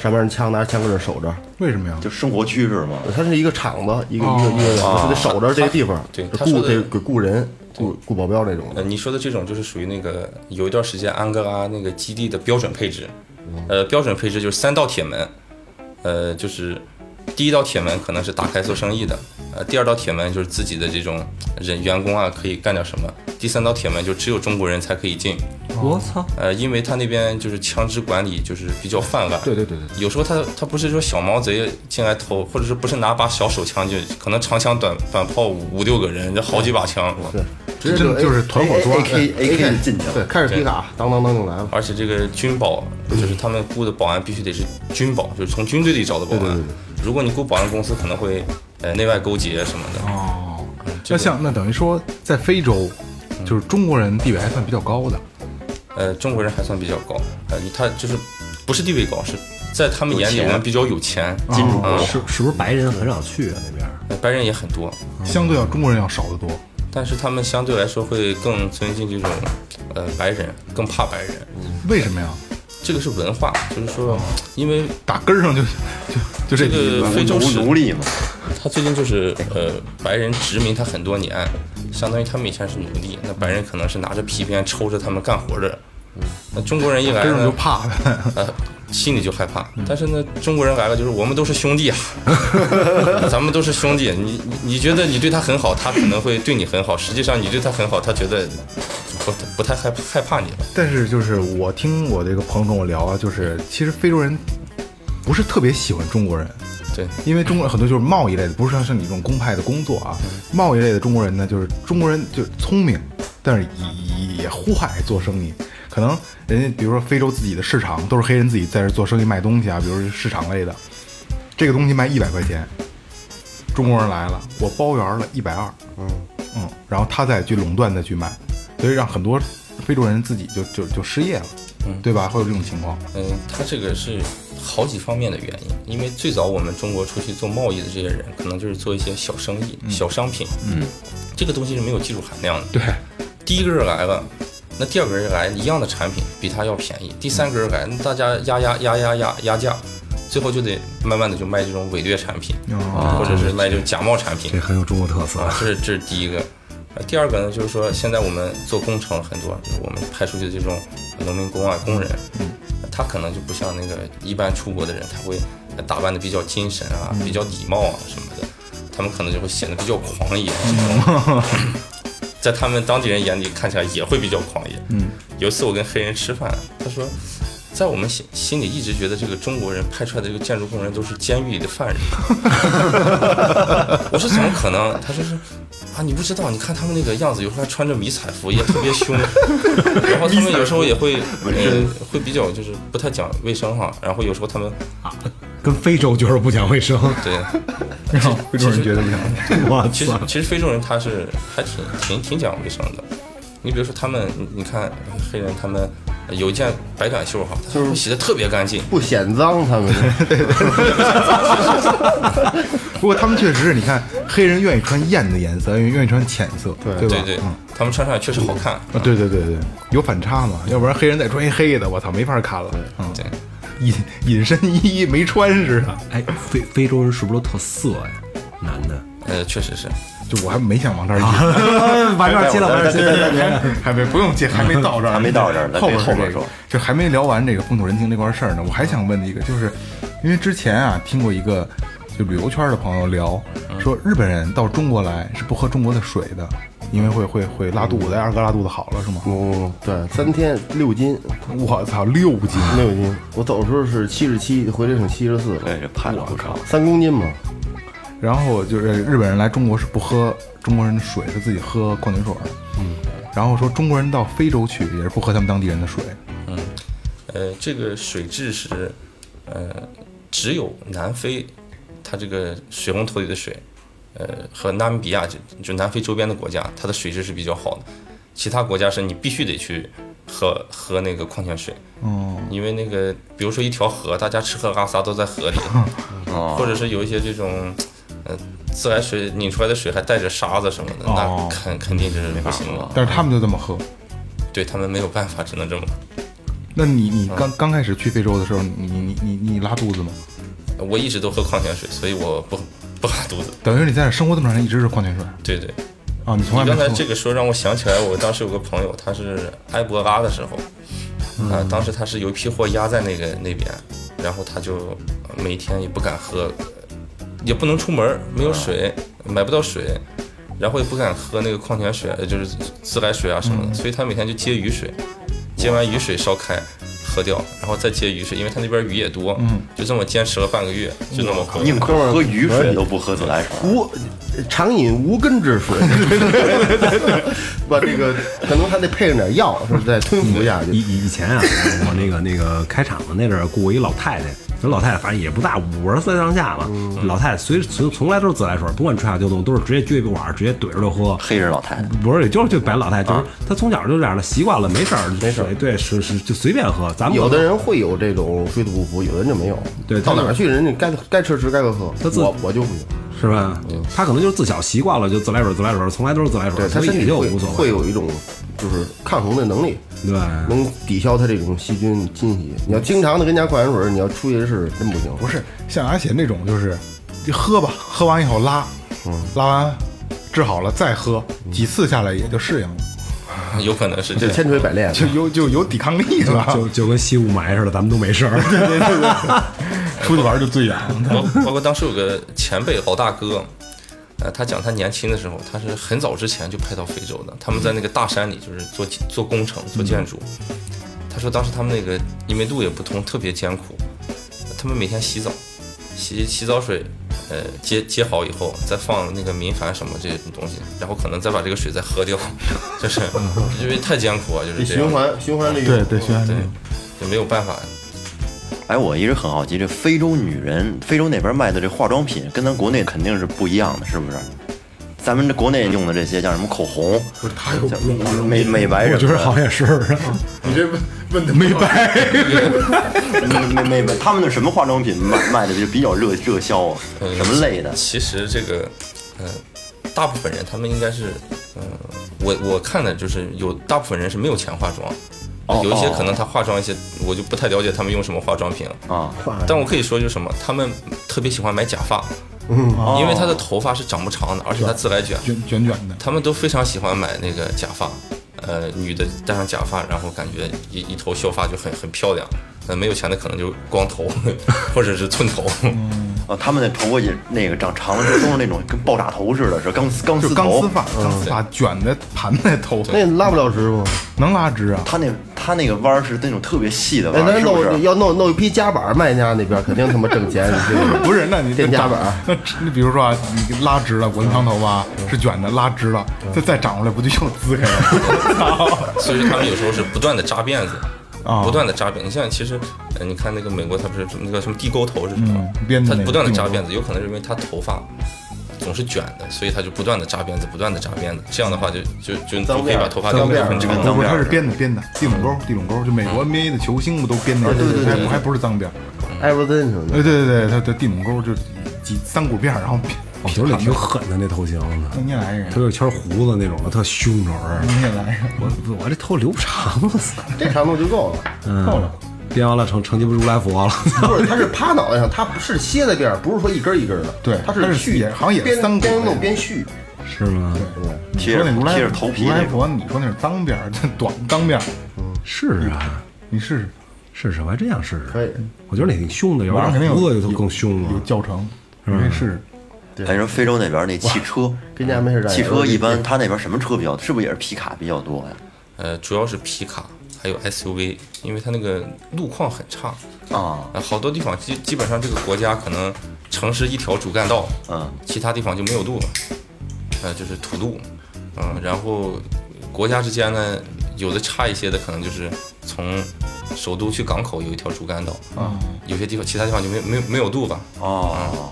Speaker 4: 上面人枪拿着枪搁这守着。
Speaker 3: 为什么呀？
Speaker 5: 就生活趋势嘛。
Speaker 4: 它是一个厂子，一个
Speaker 3: 哦
Speaker 4: 一个一个，就得守着这个地方，
Speaker 7: 对
Speaker 4: 就
Speaker 7: 啊他
Speaker 4: 雇
Speaker 7: 说的
Speaker 4: 这给雇人，雇雇保镖这种的。
Speaker 7: 呃，你说的这种就是属于那个有一段时间安哥拉那个基地的标准配置，
Speaker 4: 嗯
Speaker 7: 呃，标准配置就是三道铁门，呃，就是第一道铁门可能是打开做生意的，呃，第二道铁门就是自己的这种人员工啊可以干点什么，第三道铁门就只有中国人才可以进，
Speaker 4: 哦
Speaker 6: 我操，
Speaker 7: 呃，因为他那边就是枪支管理就是比较泛滥，
Speaker 4: 对对对对，
Speaker 7: 有时候他他不是说小毛贼进来偷，或者是不是拿把小手枪就可能长枪短短炮五五六个人，这好几把枪，
Speaker 4: 对，直
Speaker 3: 真的就是团伙抓哎
Speaker 4: A K
Speaker 5: A K 进去
Speaker 4: 对，
Speaker 5: 了，
Speaker 4: 开始皮卡，当当当就来了。
Speaker 7: 而且这个军保就是他们雇的保安必须得是军保，就是从军队里找的保安。如果你雇保安公司，可能会呃内外勾结什么的。
Speaker 3: 哦，
Speaker 7: 这
Speaker 3: 那
Speaker 7: 个
Speaker 3: 像那等于说，在非洲，就是中国人地位还算比较高的。
Speaker 7: 呃，中国人还算比较高，呃，他就是不是地位高，是在他们眼里我们比较有钱，
Speaker 5: 金主
Speaker 7: 嗯
Speaker 6: 是是不是白人很少去啊那边？
Speaker 7: 呃白人也很多，
Speaker 3: 相对要中国人要少得多。
Speaker 7: 但是他们相对来说会更尊敬这种呃白人，更怕白人。
Speaker 3: 为什么呀？
Speaker 7: 这个是文化，就是说，因为
Speaker 3: 打根儿上就就就这
Speaker 7: 这
Speaker 3: 底
Speaker 7: 个
Speaker 3: 子
Speaker 7: 非洲
Speaker 5: 奴
Speaker 7: 史
Speaker 5: 奴隶嘛，
Speaker 7: 它他最近就是呃，白人殖民他很多年，相当于他们以前是奴隶，那白人可能是拿着皮鞭抽着他们干活的。那中国人一来
Speaker 3: 这种就
Speaker 7: 呢，
Speaker 3: 怕嗯呗。
Speaker 7: 呃，心里就害怕。但是呢，中国人来了就是我们都是 兄弟啊，咱们都是兄弟。你你你觉得你对他很好，他可能会对你很好；实际上你对他很好，他觉得不不太害害怕你了。
Speaker 3: 但是就是我听我这个朋友跟我聊啊，就是其实非洲人不是特别喜欢中国人，
Speaker 7: 对，
Speaker 3: 因为中国人很多就是贸易类的，不是像是你这种公派的工作啊。贸易类的中国人呢，就是中国人就是聪明，但是也也呼海做生意。可能人家比如说非洲自己的市场都是黑人自己在这做生意卖东西啊，比如说市场类的，这个东西卖一百块钱，中国人来了，我包圆了一百二，嗯嗯，然后他再去垄断再去卖，所以让很多非洲人自己就就就失业了，
Speaker 7: 嗯
Speaker 3: 对吧？会有这种情况，
Speaker 7: 嗯，它这个是好几方面的原因，因为最早我们中国出去做贸易的这些人，可能就是做一些小生意、小商品，嗯，这个东西是没有技术含量的。
Speaker 3: 对，
Speaker 7: 第一个人来了，那第二个人来一样的产品比他要便宜，第三个人来，那大家压压压压压压价，最后就得慢慢的就卖这种伪劣产品，
Speaker 6: 哦
Speaker 7: 或者是卖这种假冒产品
Speaker 6: 这，很有中国特色。
Speaker 7: 啊，这是这是第一个。呃第二个呢，就是说现在我们做工程很多，就是我们派出去的这种农民工啊、工人，呃他可能就不像那个一般出国的人，他会呃打扮的比较精神啊、比较礼貌啊什么的，他们可能就会显得比较狂 野，在他们当地人眼里看起来也会比较狂野。嗯，有一次我跟黑人吃饭，他说。在我们心心里一直觉得这个中国人派出来的这个建筑工人都是监狱里的犯人，我说怎么可能？他说是啊，你不知道，你看他们那个样子，有时候还穿着迷彩服，也特别 凶。然后他们有时候也会呃会比较就是不太讲卫生哈，然后有时候他们
Speaker 6: 跟非洲就是不讲卫生，
Speaker 7: 对，
Speaker 3: 然后 非洲人觉得不行，
Speaker 6: 我
Speaker 7: 其实
Speaker 6: 操！
Speaker 7: 其实非洲人他是还挺挺挺讲卫生的。你比如说他们，你你看黑人他们有一件百褶袖哈，他们洗的特别干净，
Speaker 4: 不显脏，他 们
Speaker 3: 不过他们确实是你看黑人愿意穿艳的颜色，愿意愿意穿浅色，对吧？
Speaker 7: 对对
Speaker 3: 嗯，
Speaker 7: 他们穿上确实好看。
Speaker 3: 啊，对对对对，有反差嘛，要不然黑人再穿一黑的，我操，没法看了。嗯，
Speaker 7: 对，
Speaker 3: 隐隐身衣没穿似的，
Speaker 6: 哎，非非洲人是不是都特色呀？男的，
Speaker 7: 呃，确实是。
Speaker 3: 就我还没想往这儿
Speaker 5: 啊
Speaker 3: 引，
Speaker 6: 完
Speaker 4: 哎
Speaker 6: 事儿接了，完事儿接了。
Speaker 3: 还没不 用接，还没到这儿，
Speaker 5: 还没到这儿咱
Speaker 3: 后边
Speaker 5: 这后边
Speaker 3: 说
Speaker 5: 说，
Speaker 3: 就还没聊完这个风土人情这块事儿呢，我还想问一个，就是因为之前啊听过一个就旅游圈的朋友聊，
Speaker 5: 嗯
Speaker 3: 说日本人到中国来是不喝中国的水的，因为会会会拉肚子，二哥拉肚子好了是吗？
Speaker 4: 嗯，对，三天六斤，
Speaker 3: 我操，六斤！
Speaker 4: 六斤。我走的时候是七十七，回来剩七十四了，
Speaker 5: 对，这判了不少。
Speaker 4: 三公斤嘛。
Speaker 3: 然后就是日本人来中国是不喝中国人的水，是自己喝矿泉水。嗯，然后说中国人到非洲去也是不喝他们当地人的水。
Speaker 7: 呃，这个水质是，呃，只有南非，它这个水龙头里的水，呃，和纳米比亚就就南非周边的国家，它的水质是比较好的。其他国家是你必须得去喝喝那个矿泉水，
Speaker 3: 哦，
Speaker 7: 因为那个比如说一条河，大家吃喝拉撒都在河里，
Speaker 5: 哦
Speaker 7: 或者是有一些这种，呃，自来水拧出来的水还带着沙子什么的，
Speaker 3: 哦
Speaker 7: 那肯肯定就是不行
Speaker 5: 喝
Speaker 7: 了。
Speaker 3: 但是他们就这么喝。
Speaker 7: 对他们没有办法，只能这么。
Speaker 3: 那你你刚刚开始去非洲的时候，你你你你拉肚子吗？
Speaker 7: 我一直都喝矿泉水，所以我不不拉肚子。
Speaker 3: 等于你在这生活这么长时间，一直是矿泉水
Speaker 7: 对对。
Speaker 3: 啊？你从来
Speaker 7: 你
Speaker 3: 没
Speaker 7: 刚才
Speaker 3: 喝
Speaker 7: 这个说让我想起来，我当时有个朋友，他是埃博拉的时候，
Speaker 3: 嗯
Speaker 7: 啊、当时他是有一批货压在那个那边，然后他就呃每天也不敢喝，也不能出门，没有水，
Speaker 3: 啊
Speaker 7: 买不到水，然后也不敢喝那个矿泉水，呃就是自来水啊什么
Speaker 3: 嗯
Speaker 7: 的，所以他每天就接雨水，接完雨水烧开。喝掉，然后再接雨水，因为他那边雨也多，
Speaker 3: 嗯
Speaker 7: 就这么坚持了半个月，就那么喝。
Speaker 5: 宁可嗯喝雨水都不喝自来水。
Speaker 4: 无常饮无根之水， 把这个可能还得配上点药，是不是再吞服下
Speaker 6: 以
Speaker 4: 去？
Speaker 6: 以 以前啊，我那个那个开厂的那阵儿雇过一老太太，那老太太反正也不大，五十岁上下吧。老太太随从从来都是自来水，不管春夏秋冬都是直接撅一管儿直接怼着就喝。
Speaker 5: 黑人老太太，
Speaker 6: 不是，也就是就白老太太，
Speaker 4: 啊
Speaker 6: 就是她从小就这样了，习惯了，没事儿，没事儿，对，是是就随便喝。咱们
Speaker 4: 有的人会有这种水土不服，有的人就没有。
Speaker 6: 对
Speaker 4: 到
Speaker 6: 他
Speaker 4: 哪
Speaker 6: 就
Speaker 4: 儿去人家该该吃吃，该喝喝。
Speaker 6: 他自
Speaker 4: 我我就不行，
Speaker 6: 是吧？她可能就是自小习惯了，就自来水自来水，从来都是自来水，
Speaker 4: 嗯对他
Speaker 6: 所以
Speaker 4: 身
Speaker 6: 也
Speaker 4: 体
Speaker 6: 就
Speaker 4: 会
Speaker 6: 无所
Speaker 4: 会
Speaker 6: 谓。
Speaker 4: 有一种就是抗衡的能力，
Speaker 6: 对，
Speaker 4: 能抵消他这种细菌侵袭。你要经常的跟家灌泉水，你要出去是真不行。
Speaker 3: 不是像阿贤这种，就是喝吧，喝完以后拉，拉完治好了再喝，几次下来也就适应了，
Speaker 7: 有可能是这
Speaker 4: 就
Speaker 7: 样。
Speaker 4: 千锤百炼。
Speaker 3: 就有就有抵抗力了，
Speaker 6: 就就跟吸雾霾似的，咱们都没 事儿。
Speaker 3: 出去玩就 最远了。
Speaker 7: 包包括当时有个前辈老大哥，呃，他讲他年轻的时候，他是很早之前就派到非洲的，他们在那个大山里就是做做工程、做建筑。他说当时他们那个因为路也不通，特别艰苦，他们每天洗澡，洗洗澡水，呃，接接好以后再放那个民矾什么这些东西，然后可能再把这个水再喝掉， 就是因为太艰苦啊，就是这
Speaker 4: 循
Speaker 7: 样，
Speaker 4: 环循环利用，
Speaker 3: 对对，徐安
Speaker 7: 对，就没有办法。
Speaker 5: 哎，我一直很好奇，这非洲女人，非洲那边卖的这化妆品，跟咱国内肯定是不一样的，是不是？咱们这国内用的这些叫什么口红，
Speaker 3: 不是他又
Speaker 5: 像美美白什
Speaker 6: 我
Speaker 5: 么的，
Speaker 6: 觉得好像也是，
Speaker 4: 你这问问的
Speaker 3: 没白，
Speaker 5: 美美美白，他们那什么化妆品卖卖的就比较热热销啊，
Speaker 7: 嗯
Speaker 5: 什么类的？
Speaker 7: 其实这个，呃，大部分人他们应该是，呃，我我看的就是有大部分人是没有钱化妆，
Speaker 5: 哦
Speaker 7: 有一些
Speaker 5: 哦
Speaker 7: 可能他化妆一些，我就不太了解他们用什么化妆品了。
Speaker 5: 啊，
Speaker 7: 但我可以说就是什么，他们特别喜欢买假发，
Speaker 5: 哦
Speaker 7: 因为他的头发是长不长的，而且他自来卷，
Speaker 3: 卷卷卷的，
Speaker 7: 他们都非常喜欢买那个假发。呃，女的戴上假发，然后感觉一一头秀发就很很漂亮。呃，没有钱的可能就光头， 或者是寸头。
Speaker 5: 啊，他们的头发也那个长长了，就都是那种跟爆炸头似的，是钢丝钢
Speaker 3: 就
Speaker 5: 丝
Speaker 3: 钢
Speaker 5: 头
Speaker 3: 丝。发，钢丝发卷在盘在头上，
Speaker 4: 那你拉不了直吗？
Speaker 3: 能拉直啊？
Speaker 5: 他那他那个弯儿是那种特别细的
Speaker 4: 哎，
Speaker 5: 弯儿，
Speaker 4: 那
Speaker 5: 是不
Speaker 4: 弄
Speaker 5: 是？
Speaker 4: 要弄弄一批夹板，卖家那边肯定他妈挣钱。你这 个
Speaker 3: 不是，那你
Speaker 4: 店
Speaker 3: 这
Speaker 4: 家
Speaker 3: 长
Speaker 4: 本儿
Speaker 3: 那那比如说啊，你拉直了，我那长头发是卷的，拉直了，再再长出来不就又滋开了？
Speaker 7: 所以他们有时候是不断的扎辫子，
Speaker 3: 啊
Speaker 7: 不断的扎辫。你像其实，呃你看那个美国，他不是那个什么地沟头是什么？
Speaker 3: 嗯编的
Speaker 7: 他
Speaker 3: 那个
Speaker 7: 不断的扎
Speaker 3: 地沟
Speaker 7: 辫子，有可能是因为他头发总是卷的，所以他就不断的扎辫子，不断的扎辫子。这样的话就就就就可以把头发留得很
Speaker 5: 就
Speaker 7: 长
Speaker 5: 跟。
Speaker 3: 不
Speaker 5: 脏
Speaker 3: 不，
Speaker 5: 辫
Speaker 3: 它
Speaker 5: 儿似
Speaker 3: 是
Speaker 5: 的。
Speaker 3: 编的编的，地垄沟地垄沟，就美国 NBA 的球星不都编的？对对对，还不是脏辫儿？
Speaker 4: 艾弗森什么的，
Speaker 3: 哎，对对对，它的地垄沟就几三股辫儿，然后哦
Speaker 6: 我觉得你挺狠的那头型呢，
Speaker 3: 弄进来一人
Speaker 6: 他，有一圈胡子那种的，特凶种儿。
Speaker 3: 弄进来一人，
Speaker 6: 我我这头留不长了，操
Speaker 4: 这长度就够了。
Speaker 3: 够了。
Speaker 6: 编嗯完了成成吉不如来佛了。
Speaker 4: 不是，它是趴脑袋上，它不是歇在边儿，不是说一根一根的。
Speaker 3: 对
Speaker 4: 它
Speaker 3: 它是
Speaker 4: 续，
Speaker 3: 也好像也
Speaker 4: 边
Speaker 3: 三股
Speaker 4: 边
Speaker 3: 那
Speaker 4: 弄
Speaker 3: 个
Speaker 4: 边续。
Speaker 6: 是吗？
Speaker 3: 你说那如来
Speaker 5: 贴着头皮
Speaker 3: 如来
Speaker 5: 那种
Speaker 3: 佛，你说那是脏辫儿，这短钢辫儿，
Speaker 6: 是啊，
Speaker 3: 你试试，
Speaker 6: 试试，我还真想试试。
Speaker 4: 可以，
Speaker 6: 我觉得你挺凶的，有
Speaker 3: 晚上肯定
Speaker 6: 点
Speaker 3: 有
Speaker 6: 胡子就更凶
Speaker 3: 有
Speaker 6: 了。
Speaker 3: 教程，你可以试试。
Speaker 5: 还说非洲那边那汽车，
Speaker 4: 跟家没事干
Speaker 5: 汽车一般他那边什么车比较？是不是也是皮卡比较多呀？
Speaker 7: 呃，主要是皮卡还有 SUV，因为它那个路况很差，
Speaker 5: 啊，
Speaker 7: 呃，好多地方基基本上这个国家可能城市一条主干道，
Speaker 5: 嗯，
Speaker 7: 其他地方就没有路了，呃，就是土路，嗯，然后国家之间呢，有的差一些的可能就是从首都去港口有一条主干道，啊、有些地方其他地方就没有没有没有路吧，
Speaker 5: 哦，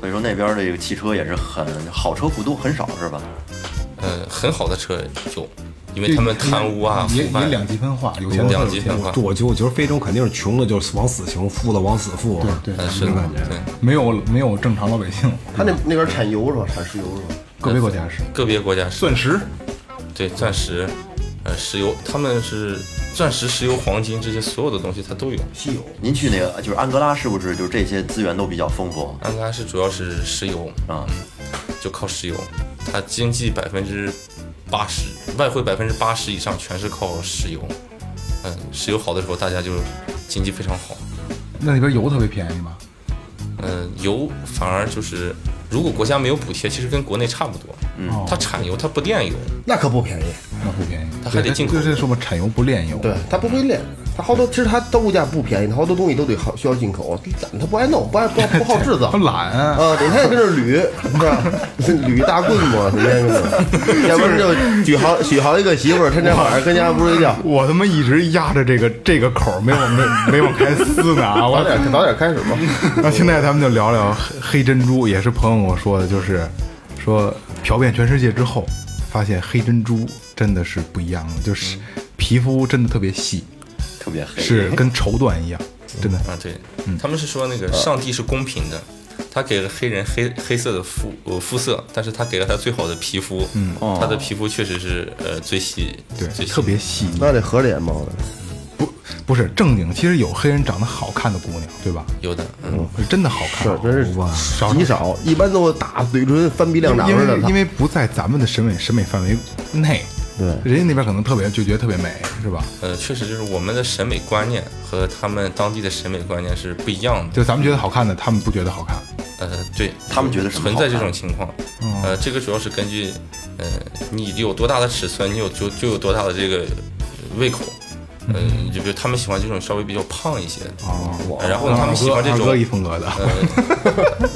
Speaker 5: 所以说那边这个汽车也是很好车不多，很少是吧？
Speaker 7: 呃，很好的车有，因为他们贪污啊、
Speaker 3: 也
Speaker 7: 腐
Speaker 3: 也
Speaker 7: 败，
Speaker 3: 两极分化，有
Speaker 7: 也
Speaker 3: 钱
Speaker 7: 两极分
Speaker 3: 化。
Speaker 7: 化
Speaker 6: 就，我觉我觉得非洲肯定是穷的，就是往死穷，富的往死富。啊
Speaker 3: 对对
Speaker 7: 呃，是的，对。
Speaker 3: 没有没有正常老百姓，
Speaker 4: 它那那边产油是吧？产石油是吧？
Speaker 3: 个别国家是
Speaker 7: 个别国家是
Speaker 3: 钻石，
Speaker 7: 对钻石，呃，石油，他们是钻石、石油、黄金这些所有的东西它都有。
Speaker 4: 稀有。
Speaker 5: 您去那个就是安哥拉，是不是就这些资源都比较丰富
Speaker 7: 安哥拉是主要是石油，
Speaker 5: 啊？
Speaker 7: 就靠石油，它经济百分之八十，外汇百分之八十以上全是靠石油。嗯，石油好的时候，大家就经济非常好。
Speaker 3: 那那边油特别便宜嘛，
Speaker 7: 嗯，油反而就是，如果国家没有补贴，其实跟国内差不多。嗯
Speaker 3: 哦
Speaker 7: 它产油，它不炼油，
Speaker 4: 那可不便宜。
Speaker 3: 那不便宜，
Speaker 7: 它还得进口
Speaker 3: 对就是说嘛，产油不炼油，
Speaker 4: 对，，它不会炼，它好多其实它的物价不便宜，它好多东西都得好需要进口，啊它不爱弄，不爱不不好制造
Speaker 3: 他。懒啊，
Speaker 4: 啊，整天跟这捋，是吧？捋大棍子，整天跟这，要不然就许豪许豪一个媳妇儿，天天晚上跟家不睡觉。
Speaker 3: 我他妈一直压着这个这个口儿没往没没往开撕呢 啊！
Speaker 4: 早
Speaker 3: 我
Speaker 4: 点早点开始吧。
Speaker 3: 那现在咱们就聊聊黑黑珍珠，也是朋友跟我说的，就是说漂遍全世界之后，发现黑珍珠真的是不一样的，就是
Speaker 7: 嗯
Speaker 3: 皮肤真的特别细，
Speaker 5: 特别
Speaker 7: 哎
Speaker 5: 黑，
Speaker 3: 是跟绸缎一样，真的。
Speaker 7: 啊，对，
Speaker 3: 嗯
Speaker 7: 他们是说那个上帝是公平的，他给了黑人黑黑色的肤呃肤色，但是他给了他最好的皮肤，嗯，他的皮肤确实是呃最细，
Speaker 3: 哦对
Speaker 7: 最，细
Speaker 3: 特别细腻。
Speaker 4: 啊那得合脸毛的，
Speaker 3: 不不是正经，其实有黑人长得好看的姑娘，对吧？
Speaker 7: 有的，嗯，
Speaker 3: 是真的好看，
Speaker 4: 这真是
Speaker 3: 少
Speaker 4: 极少，一般都大嘴唇、翻鼻亮
Speaker 3: 因
Speaker 4: 长
Speaker 3: 为
Speaker 4: 似的。
Speaker 3: 因为不在咱们的审美审美范围内，
Speaker 4: 对
Speaker 3: 人家那边可能特别就觉得特别美，是吧？
Speaker 7: 呃，确实就是我们的审美观念和他们当地的审美观念是不一样的。
Speaker 3: 就咱们觉得好看的，他们不觉得好看。
Speaker 7: 呃，对
Speaker 5: 他们觉得什么
Speaker 7: 存
Speaker 5: 好
Speaker 7: 在这
Speaker 5: 看
Speaker 7: 种情况，呃，这个主要是根据，呃，你有多大的尺寸，你有就就有多大的这个呃胃口，嗯、就比如他们喜欢这种稍微比较胖一些的，
Speaker 3: 哦，
Speaker 7: 然后他们喜欢这
Speaker 3: 二
Speaker 7: 种
Speaker 3: 哥一风格的，
Speaker 7: 呃，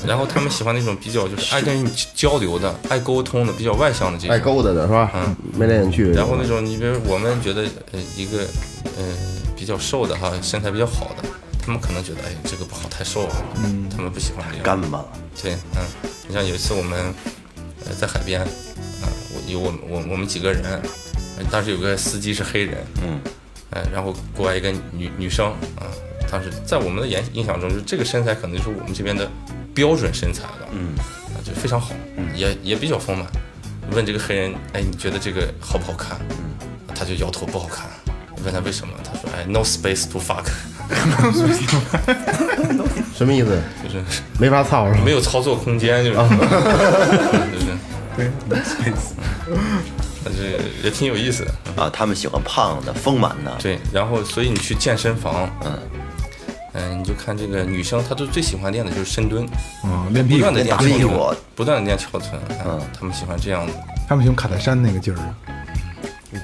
Speaker 7: 然后他们喜欢那种比较就是爱跟你交流的、爱沟通的、比较外向的这种。
Speaker 4: 爱勾搭的是吧？
Speaker 3: 啊
Speaker 7: 嗯
Speaker 4: 眉来眼去。
Speaker 7: 然后那种，你比如我们觉得呃一个呃比较瘦的哈，身材比较好的，他们可能觉得哎这个不好太瘦啊，他们不喜欢这样。
Speaker 5: 干巴了。
Speaker 7: 对，嗯，你像有一次我们呃在海边，啊、我有我们我我们几个人，呃当时有个司机是黑人，
Speaker 5: 嗯，
Speaker 7: 哎、然后过来一个女女生，啊、当时在我们的眼印象中，就是这个身材可能就是我们这边的标准身材了，嗯，啊、就非常好，也也比较丰满。问这个黑人，哎，你觉得这个好不好看？嗯，他就摇头不好看。问他为什么，他说，哎，no space to fuck，
Speaker 4: 什么意思？
Speaker 7: 就是
Speaker 4: 没法操是吧？
Speaker 7: 没有操作空间，就是，嗯就是，但是也挺有意思的。
Speaker 5: 啊，他们喜欢胖的、丰满的，
Speaker 7: 对，然后所以你去健身房，嗯。嗯，你就看这个女生，她就最喜欢练的就是深蹲，
Speaker 3: 嗯，练
Speaker 7: 不
Speaker 3: 屁股
Speaker 7: 断，的
Speaker 5: 打
Speaker 7: 练
Speaker 5: 屁
Speaker 7: 翘
Speaker 5: 股
Speaker 7: 臀，不断的练翘臀，嗯，她们喜欢这样的。
Speaker 3: 他们喜欢卡戴珊那个劲儿，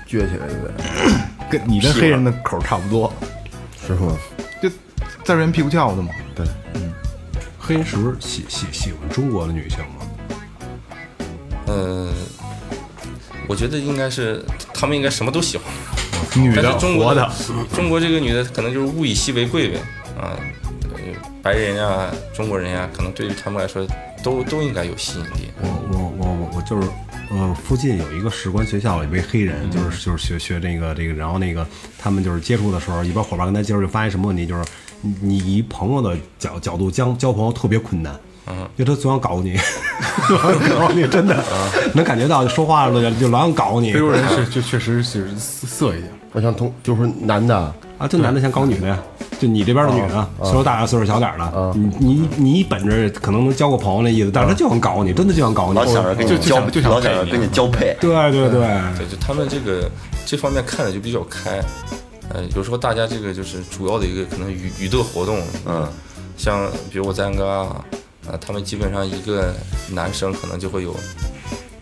Speaker 4: 撅起来有点，
Speaker 3: 跟你
Speaker 4: 啊
Speaker 3: 跟黑人的口儿差不多，
Speaker 4: 是吗？
Speaker 3: 就在人屁股翘的嘛。
Speaker 4: 对，
Speaker 6: 黑石喜喜喜欢中国的女性吗？
Speaker 7: 呃，我觉得应该是她们应该什么都喜欢，
Speaker 3: 女
Speaker 7: 但
Speaker 3: 的
Speaker 7: 是中
Speaker 3: 活
Speaker 7: 国
Speaker 3: 的，
Speaker 7: 中国这个女的可能就是物以稀为贵呗，啊，呃白人呀、中国人呀、可能对于他们来说都都应该有吸引力。
Speaker 6: 我我我我我就是，呃，附近有一个士官学校里有一黑人，
Speaker 5: 嗯
Speaker 6: 就是就是学学那个这个，然后那个他们就是接触的时候，一帮伙伴跟他接触就发现什么问题，就是你你以朋友的角角度交交朋友特别困难。
Speaker 5: 嗯
Speaker 6: 因为他总想搞你， 总想搞你，真的
Speaker 5: 嗯
Speaker 6: 能感觉到说话了就老想搞你
Speaker 3: 非洲人是就确实是色一点，
Speaker 4: 我想同就是男的，
Speaker 6: 啊！就男的想搞女的呀，就你这边的女的，
Speaker 5: 嗯
Speaker 6: 岁数大点岁数小点的，你你你本着可能能交个朋友那意思，但是他就想搞你，真的就想搞你
Speaker 5: 老，想着跟你
Speaker 3: 就就
Speaker 5: 交
Speaker 3: 想，就想
Speaker 5: 老想
Speaker 3: 配
Speaker 5: 着
Speaker 3: 你
Speaker 5: 跟你交配。
Speaker 6: 对对对，
Speaker 7: 对，就他们这个这方面看的就比较开，呃，有时候大家这个就是主要的一个可能娱娱乐活动，
Speaker 5: 嗯，
Speaker 7: 像比如我在安哥啊，呃，他们基本上一个男生可能就会有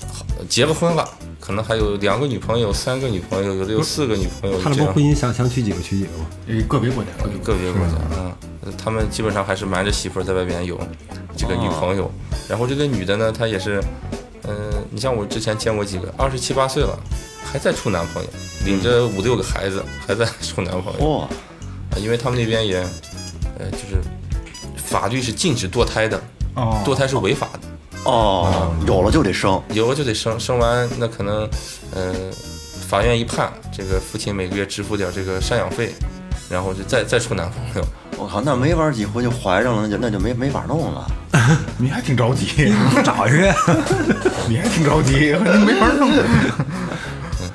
Speaker 7: 好结了婚了，可能还有两个女朋友、三个女朋友，有的有四个女朋友，
Speaker 6: 看
Speaker 7: 这
Speaker 6: 这
Speaker 7: 样
Speaker 6: 不婚姻想想娶几个娶几个吗？
Speaker 3: 个别国家
Speaker 7: 个别国家，嗯，呃他们基本上还是瞒着媳妇儿在外边有这个女朋友，然后这个女的呢，她也是，嗯、你像我之前见过几个二十七八岁了，还在处男朋友，领着五六个孩子还在处男朋友，
Speaker 5: 哇，
Speaker 7: 啊因为他们那边也，呃，就是法律是禁止堕胎的，
Speaker 3: 哦，
Speaker 7: 堕胎是违法的，
Speaker 5: 哦，有了就得生，
Speaker 7: 有了就得生，生完那可能，呃，法院一判，这个父亲每个月支付点这个赡养费，然后就再再处男朋友。
Speaker 5: 我靠，那没玩几回就怀上了，那就那就没没法弄了。
Speaker 3: 你还挺着急，找一个， 你还挺着急，你没法弄。
Speaker 7: 嗯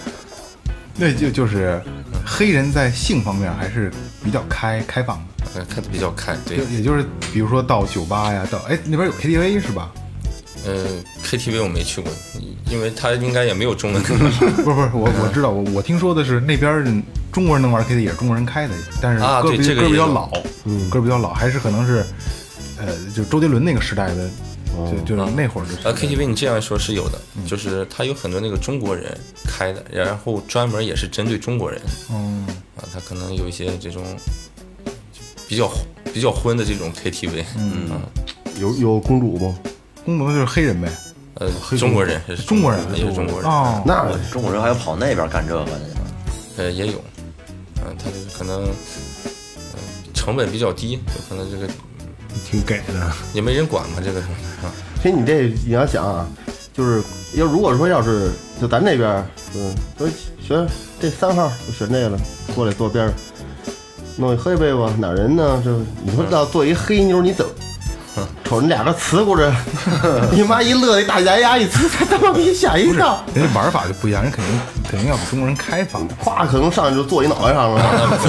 Speaker 3: 那就就是黑人在性方面还是比较开开放的，
Speaker 7: 呃，看的比较开，对
Speaker 3: 就，也就是比如说到酒吧呀，到哎那边有 KTV 是吧？
Speaker 7: 呃，KTV 我没去过，因为它应该也没有中文。
Speaker 3: 不是不是，我我知道，我我听说的是那边儿中国人能玩 K 的也是中国人开的，但是
Speaker 7: 啊
Speaker 3: 歌
Speaker 7: 对
Speaker 3: 比
Speaker 7: 这个
Speaker 3: 歌
Speaker 7: 也
Speaker 3: 比较
Speaker 7: 有嗯
Speaker 3: 老，歌比较老，还是可能是，呃，就周杰伦那个时代的，
Speaker 7: 哦
Speaker 3: 就就是那会儿的时代。
Speaker 7: 呃，KTV 你这样说是有的，
Speaker 3: 嗯
Speaker 7: 就是它有很多那个中国人开的，然后专门也是针对中国人
Speaker 3: 嗯，
Speaker 7: 啊，它可能有一些这种比较比较昏的这种 KTV，嗯，啊
Speaker 4: 有有公主吗？
Speaker 3: 工农就是黑人呗，
Speaker 7: 呃，中国人也是
Speaker 3: 中国人
Speaker 7: 也是哎中国人，
Speaker 3: 哦，
Speaker 4: 那
Speaker 5: 中国人还要跑那边干这个呢，
Speaker 7: 呃，也有，嗯，它就是可能呃成本比较低，就可能这个
Speaker 6: 挺给的。
Speaker 7: 也没人管嘛，这个东西啊，
Speaker 4: 其实你这你要想啊，就是要如果说要是就咱这边儿，嗯，说选这三号，我选这个了，过来坐 边上，弄一喝一杯吧，哪人呢？就你说要做一黑妞，你怎么瞅那俩个呲咕着，你妈一乐，一大牙牙一呲，他他妈给你吓一跳，
Speaker 3: 人家玩法就不一样，人肯定肯定要比中国人开放。
Speaker 4: 咵，可能上去就坐你脑袋上了。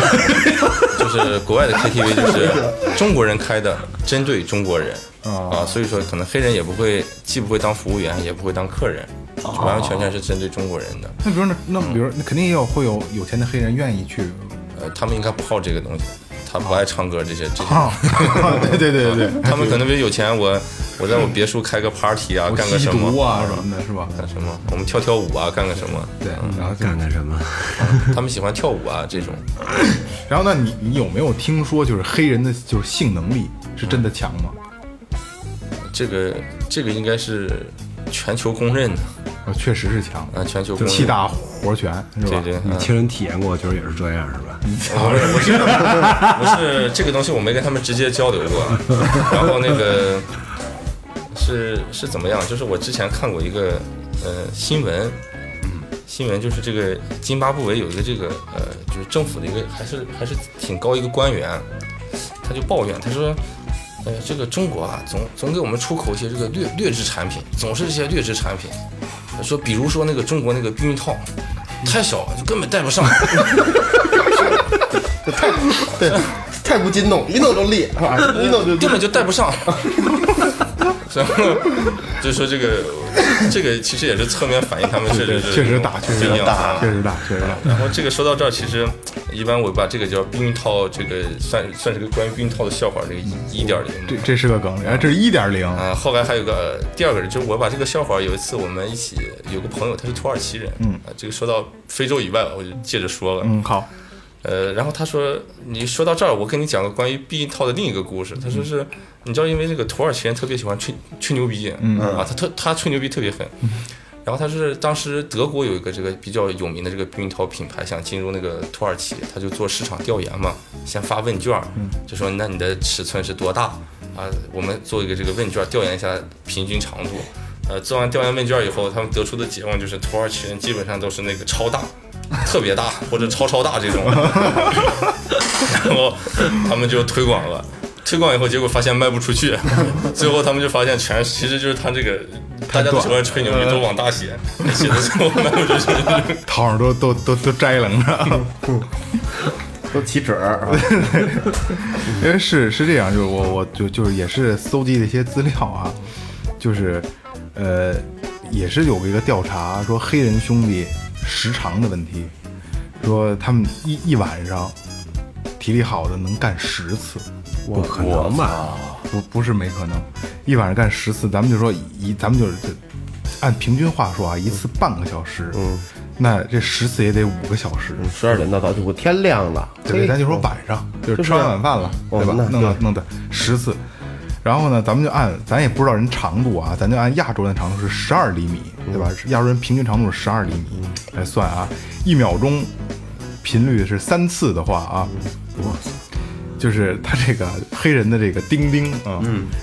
Speaker 7: 就是国 外的 KTV 就是中国人开的，针对中国人啊，所以说可能黑人也不会，既不会当服务员，也不会当客人，
Speaker 3: 啊
Speaker 7: 就完完全全是针对中国人的。
Speaker 3: 那比如那那比如那肯定也有会有有钱的黑人愿意 去
Speaker 7: 呃，他们应该不好这个东西，他不爱唱歌这些这些。
Speaker 3: 啊，对对对 对对，
Speaker 7: 他们可能比如有钱，我我在我别墅开个 party 啊，干个
Speaker 3: 吸
Speaker 7: 什么嗯
Speaker 3: 毒啊什么的，是吧？
Speaker 7: 干什么，我们跳跳舞啊，干个什么，
Speaker 3: 对，嗯然后就
Speaker 6: 干干什么？
Speaker 7: 他们喜欢跳舞啊这种。
Speaker 3: 然后那你你有没有听说就是黑人的就是性能力是真的强吗？
Speaker 7: 这个这个应该是全球公认的
Speaker 3: 啊，确实是强，
Speaker 7: 啊，全球公认。
Speaker 3: 七大活全是
Speaker 7: 对
Speaker 3: 吧？
Speaker 7: 对，
Speaker 6: 你
Speaker 7: 嗯
Speaker 6: 亲身体验过，就是也是这样，是吧？
Speaker 7: 我是我是我是这个东西我没跟他们直接交流过，啊然后那个是是怎么样？就是我之前看过一个呃新闻，新闻就是这个津巴布韦有一个这个呃就是政府的一个还是还是挺高一个官员，他就抱怨他说。呃，这个中国啊，总总给我们出口一些这个劣劣质产品，总是这些劣质产品。说，比如说那个中国那个避孕套，太小了，就根本戴不上。
Speaker 4: 对，太不筋弄，一弄就裂，啊一弄就
Speaker 7: 根本就带 不上。然后就说这个，这个其实也是侧面反映他们确实是
Speaker 3: 确实大，确实
Speaker 7: 这样
Speaker 3: 大，
Speaker 7: 大
Speaker 3: 确实大，确实大。
Speaker 7: 啊然后这个说到这儿，其实一般我把这个叫避孕套，这个算算是个关于避孕套的笑话，这个一一点零。
Speaker 3: 这这是个梗，然哎后这是一点零，
Speaker 7: 啊，后来还有个第二个人，就是我把这个笑话，有一次我们一起有个朋友，他是土耳其人，嗯，啊，这个说到非洲以外了，我就接着说了，
Speaker 3: 嗯，好，
Speaker 7: 呃，然后他说，你说到这儿，我跟你讲个关于避孕套的另一个故事。他说是，你知道，因为这个土耳其人特别喜欢吹吹牛逼，嗯啊，他特他吹牛逼特别狠。 然后他是当时德国有一个这个比较有名的这个避孕套品牌想进入那个土耳其，他就做市场调研嘛，先发问卷儿，就说那你的尺寸是多大啊？我们做一个这个问卷儿调研一下平均长度。呃，做完调研问卷儿以后，他们得出的结论就是土耳其人基本上都是那个超大、特别大或者超超大这种。然后他们就推广了，推广以后结果发现卖不 出去，最后他们就发现全其实就是他这个大家都喜欢吹牛逼，都往大写，写的最后卖不出去。
Speaker 3: 套上都都都都摘楞 着。
Speaker 4: 都起褶儿。啊
Speaker 3: 因为是是这样，就是我我就就是也是搜集了一些资料啊，就是呃也是有一个调查说黑人兄弟时长的问题，说他们一一晚上体力好的能干十次，
Speaker 6: 不可能吧？
Speaker 3: 不不是没可能，一晚上干十次，咱们就说一咱们就是按平均话说啊，一次半个小时，嗯，那这十次也得五个小时，
Speaker 4: 十二点到早起，我天亮了。
Speaker 3: 对，咱就说晚上，就是吃完晚饭了，
Speaker 4: 哦
Speaker 3: 对吧
Speaker 4: 那？
Speaker 3: 弄
Speaker 4: 对
Speaker 3: 的弄的十次，然后呢，咱们就按咱也不知道人长度啊，咱就按亚洲人的长度是十二厘米，对吧？亚洲人平均长度是十二厘米来算啊，一秒钟频率是三次的话啊，哇塞，就是他这个黑人的这个丁丁啊，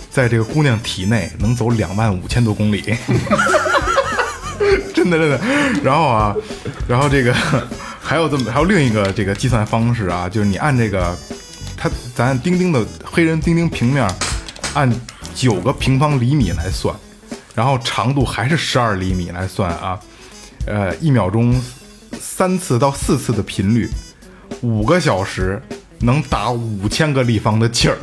Speaker 3: 在这个姑娘体内能走两万五千多公里。真的真的。然后啊，然后这个 还有这么还有另一个这个计算方式啊，就是你按这个，它咱按钉钉的黑人钉钉平面，按九个平方厘米来算，然后长度还是十二厘米来算啊，呃，一秒钟三次到四次的频率，五个小时能打五千个立方的气儿。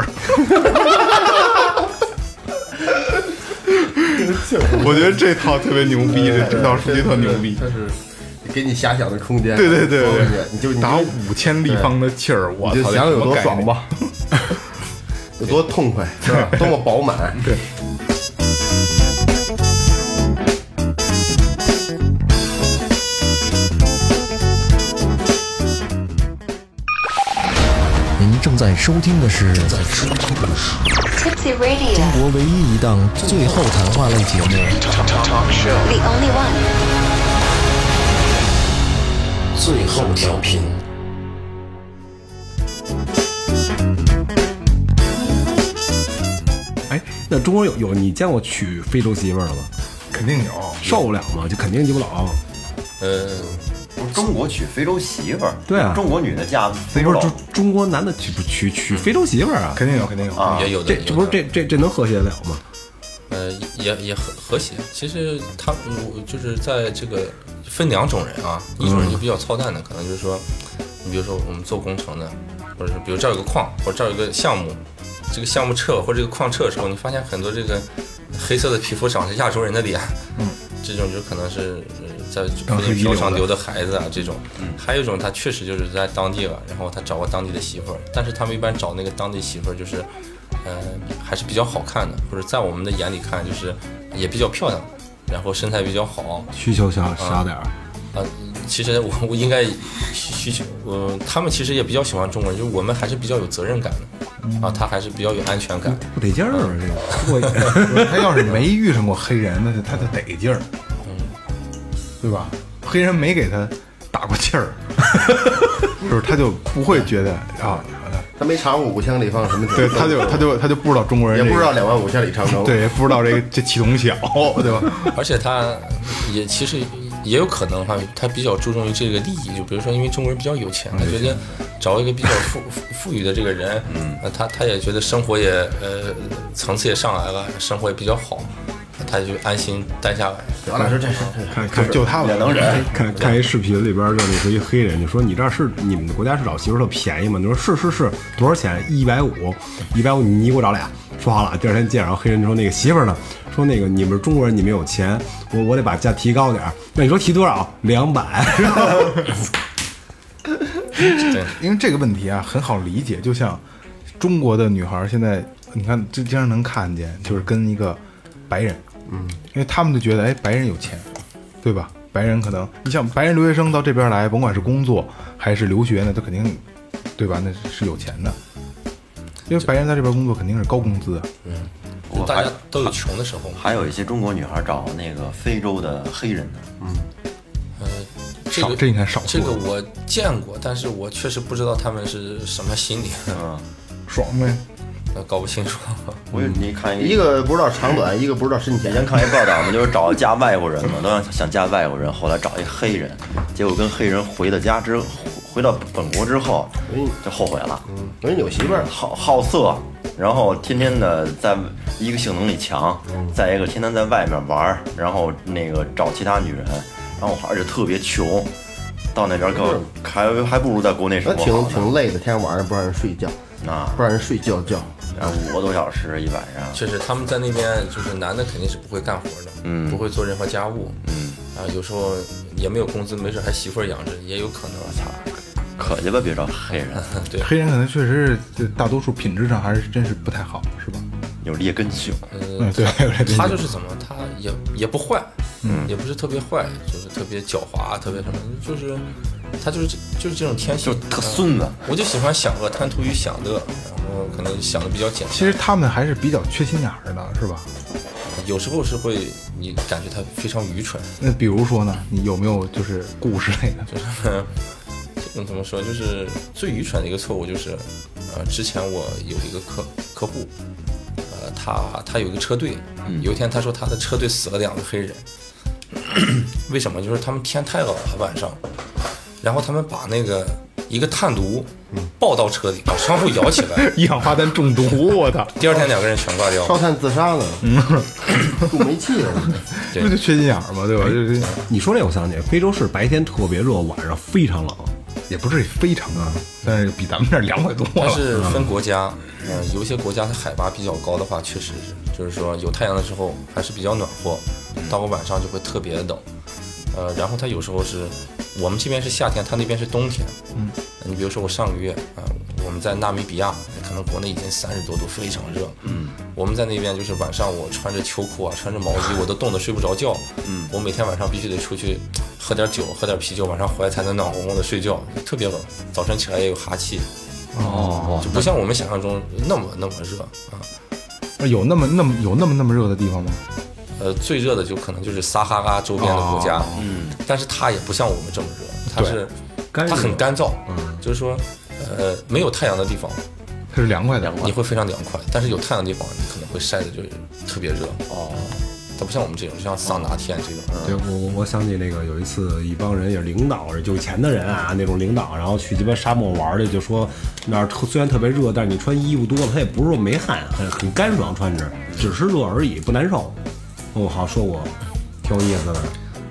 Speaker 3: 我觉得这套特别牛逼，这这套数据特牛逼。
Speaker 4: 给你遐想的空间。
Speaker 3: 对对对
Speaker 4: 我
Speaker 3: 对
Speaker 4: 感觉，你就你
Speaker 3: 打
Speaker 4: 就
Speaker 3: 五千立方的气儿，我操，
Speaker 4: 你就想想
Speaker 3: 这
Speaker 4: 有
Speaker 3: 什么
Speaker 4: 多
Speaker 3: 概
Speaker 4: 爽
Speaker 3: 念！
Speaker 4: 吧，有多痛快，是吧？多么饱满。对，
Speaker 2: 您正在收听的是
Speaker 8: Tipsy Radio,
Speaker 2: 中国唯一一档最后谈话类节目
Speaker 8: the only one.
Speaker 2: 《最后调频》。
Speaker 6: 哎，那中国有有你见过娶非洲媳妇儿的吗？
Speaker 3: 肯定有，
Speaker 6: 受不了吗？就肯定你不老
Speaker 7: 呃，
Speaker 5: 中国娶非洲媳妇儿，
Speaker 6: 对啊
Speaker 5: 中国女的嫁非洲
Speaker 6: 不是
Speaker 5: 佬
Speaker 6: 中中国男的娶不娶娶非洲媳妇儿啊？
Speaker 3: 肯定有，肯定有。
Speaker 5: 啊，
Speaker 7: 也有的
Speaker 6: 这这不是这这这能和谐得了吗？
Speaker 7: 呃，也也和和谐。其实他我就是在这个分两种人啊，
Speaker 6: 嗯
Speaker 7: 一种人就比较操蛋的，可能就是说，你比如说我们做工程的，或者是比如这儿有个矿，或者这儿有个项目，这个项目撤或者这个矿撤的时候，你发现很多这个黑色的皮肤长着亚洲人的脸，嗯，这种就可能是呃在
Speaker 3: 当时遗留的
Speaker 7: 漂上留的孩子啊这种，还有一种他确实就是在当地了，然后他找个当地的媳妇儿，但是他们一般找那个当地媳妇儿就是。呃，还是比较好看的，或者在我们的眼里看就是也比较漂亮，然后身材比较好。
Speaker 6: 需求小小点儿，
Speaker 7: 呃，其实我我应该需求，呃，他们其实也比较喜欢中国人，就是我们还是比较有责任感
Speaker 3: 嗯
Speaker 7: 的，啊，他还是比较有安全感。
Speaker 6: 不得劲儿啊，这个。
Speaker 3: 他要是没遇上过黑人，那就他就得劲儿， 对吧？黑人没给他打过气儿，就是他就不会觉得啊，
Speaker 4: 他没查过五千里方什么地方，
Speaker 3: 对，他就他就他就不知道中国人
Speaker 4: 也
Speaker 3: 这个
Speaker 4: 不知道，两万五千里长征，
Speaker 3: 对，也不知道这个这气筒小，对吧？
Speaker 7: 而且他也其实也有可能哈，他比较注重于这个利益，就比如说因为中国人比较有钱，他觉得找一个比较富富富裕的这个人，嗯，他他也觉得生活也呃层次也上来了，生活也比较好，他就安心待下来。
Speaker 4: 咱俩说这是
Speaker 6: 看看
Speaker 3: 就就他们
Speaker 5: 能忍。
Speaker 6: 看看一视频里边儿，就那是一黑人，就说你这儿是你们的国家是找媳妇儿特便宜吗？你说是是是，多少钱？一百五，一百五，你给我找俩。说好了，第二天见着黑人就说那个媳妇儿呢，说那个你们中国人你们有钱，我我得把价提高点儿。那你说提多少？两百。
Speaker 3: 因为这个问题啊很好理解，就像中国的女孩儿现在，你看这经常能看见，就是跟一个白人，嗯，因为他们就觉得哎白人有钱，对吧？白人可能你像白人留学生到这边来，甭管是工作还是留学呢，他肯定对吧？那是有钱的，因为白人在这边工作肯定是高工资啊，
Speaker 7: 就
Speaker 5: 我
Speaker 7: 大
Speaker 5: 还
Speaker 7: 家都有穷的时候嘛。
Speaker 5: 还有一些中国女孩找那个非洲的黑人的，
Speaker 7: 呃，这
Speaker 3: 少
Speaker 7: 个
Speaker 3: 这应该少
Speaker 7: 这
Speaker 3: 数
Speaker 7: 个我见过，但是我确实不知道他们是什么心理，
Speaker 5: 嗯，
Speaker 3: 爽呗。
Speaker 7: 呃搞不清楚。
Speaker 5: 我有你看
Speaker 4: 一个不知道长短，一个不知道深
Speaker 5: 以
Speaker 4: 浅
Speaker 5: 前。看一报道嘛，就是找嫁外国人嘛，都想想嫁外国人，后来找一黑人，结果跟黑人回到家之回到本国之后，就后悔了，
Speaker 4: 人有媳妇儿，
Speaker 5: 好好色，然后天天的在一个性能力强，再一个天天在外面玩儿，然后那个找其他女人，然后而且特别穷，到那边更还还不如在国内生
Speaker 4: 那
Speaker 5: 活
Speaker 4: 挺
Speaker 5: 好呢
Speaker 4: 挺累的，天天晚上不让人睡觉，
Speaker 5: 啊
Speaker 4: 不，让人睡觉觉。
Speaker 5: 然
Speaker 6: 啊
Speaker 5: 后五个多小时一晚上，
Speaker 7: 确实，他们在那边就是男的肯定是不会干活的，
Speaker 5: 嗯
Speaker 7: 不会做任何家务，嗯，啊，有时候也没有工资，没事还媳妇儿养着，也有可能。啊
Speaker 5: 嗯
Speaker 7: 我操，
Speaker 5: 可去吧，别找黑人，
Speaker 7: 对，
Speaker 3: 黑人可能确实是大多数品质上还是真是不太好，是吧？
Speaker 5: 有劣根性。
Speaker 3: 嗯，对，有这
Speaker 7: 呃他就是怎么，他也也不坏，嗯，也不是特别坏，就是特别狡猾，特别什么，就是他就是这就是这种天性，
Speaker 5: 就是特 孙子
Speaker 7: 嗯我就喜欢享乐，贪图于享乐，然后可能想的比较简单。
Speaker 3: 其实他们还是比较缺心眼儿的，是吧？
Speaker 7: 有时候是会你感觉他非常愚蠢，
Speaker 3: 那比如说呢，你有没有就是故事类 的？
Speaker 7: 这嗯种怎么说？就是最愚蠢的一个错误就是，呃，之前我有一个客客户，呃，他他有一个车队，有一天他说他的车队死了两个黑人， 为什么？就是他们天太冷了晚上，然后他们把那个一个炭毒抱到车里，把窗户摇起 来，
Speaker 3: 一氧化碳中毒，我操，
Speaker 7: 第二天两个人全挂掉
Speaker 4: 烧。炭自杀呢，
Speaker 6: 嗯
Speaker 4: 住煤气了。
Speaker 7: 对
Speaker 3: 那就缺心眼儿嘛，对吧？就是
Speaker 6: 你说这我想起，非洲是白天特别热，晚上非常冷。
Speaker 3: 也不至于非常啊，但是比咱们这儿凉快多
Speaker 7: 但
Speaker 3: 了。
Speaker 7: 是分国家，嗯、有一些国家它海拔比较高的话，确实是，就是说有太阳的时候还是比较暖和，到了晚上就会特别的冷。呃，然后它有时候是，我们这边是夏天，它那边是冬天。嗯，你比如说我上个月啊、呃我们在纳米比亚，可能国内已经三十多度，非常热。嗯，我们在那边就是晚上我穿着秋裤啊，穿着毛衣，我都冻得睡不着觉。 嗯，我每天晚上必须得出去喝点酒，喝点啤酒，晚上回来才能暖烘烘的睡觉，特别冷，早晨起来也有哈气。
Speaker 5: 哦
Speaker 3: 啊
Speaker 7: 就不像我们想象中那么那么热啊。
Speaker 3: 哦有那么那么有那么那么热的地方吗？
Speaker 7: 呃，最热的就可能就是撒哈拉周边的国家，嗯，但是它也不像我们这么热，它是
Speaker 6: 干
Speaker 7: 它
Speaker 6: 热
Speaker 7: 很干燥，就是说，呃，没有太阳的地方
Speaker 3: 它是凉快的，
Speaker 7: 你会非常凉快，但是有太阳的地方你可能会晒的就是特别热，
Speaker 5: 哦，
Speaker 7: 它不像我们这种，像桑拿天这种。
Speaker 6: 对，我我我想起那个有一次，一帮人也是领导，有钱的人啊，那种领导，然后去鸡巴沙漠玩儿去，就说那儿特虽然特别热，但是你穿衣服多了，它也不是说没汗，很很干爽，穿着只是热而已，不难受。哦，好说我挺有意思的，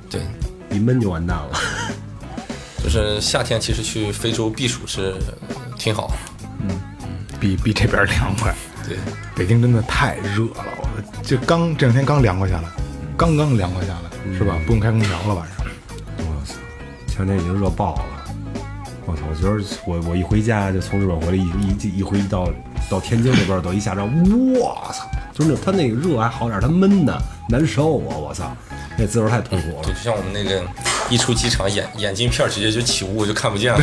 Speaker 7: 对，
Speaker 6: 一闷就完蛋了。
Speaker 7: 就是夏天其实去非洲避暑是呃挺好。
Speaker 3: 比比这边凉快。
Speaker 7: 对，
Speaker 3: 北京真的太热了，我这刚这两天刚凉快下来，刚刚凉快下
Speaker 7: 嗯
Speaker 3: 来，是吧？不用开空调了晚上。
Speaker 6: 我操，前两天已经热爆了。我操，我觉得我我一回家就从日本回来一一一回一到到天津这边儿到一下站，我操，就是那他那个热还好点儿，他闷的难受啊，我操，那滋味太痛苦
Speaker 7: 对，
Speaker 6: 了。
Speaker 7: 就像我们那个一出机场眼眼镜片儿直接就起雾，就看不见了。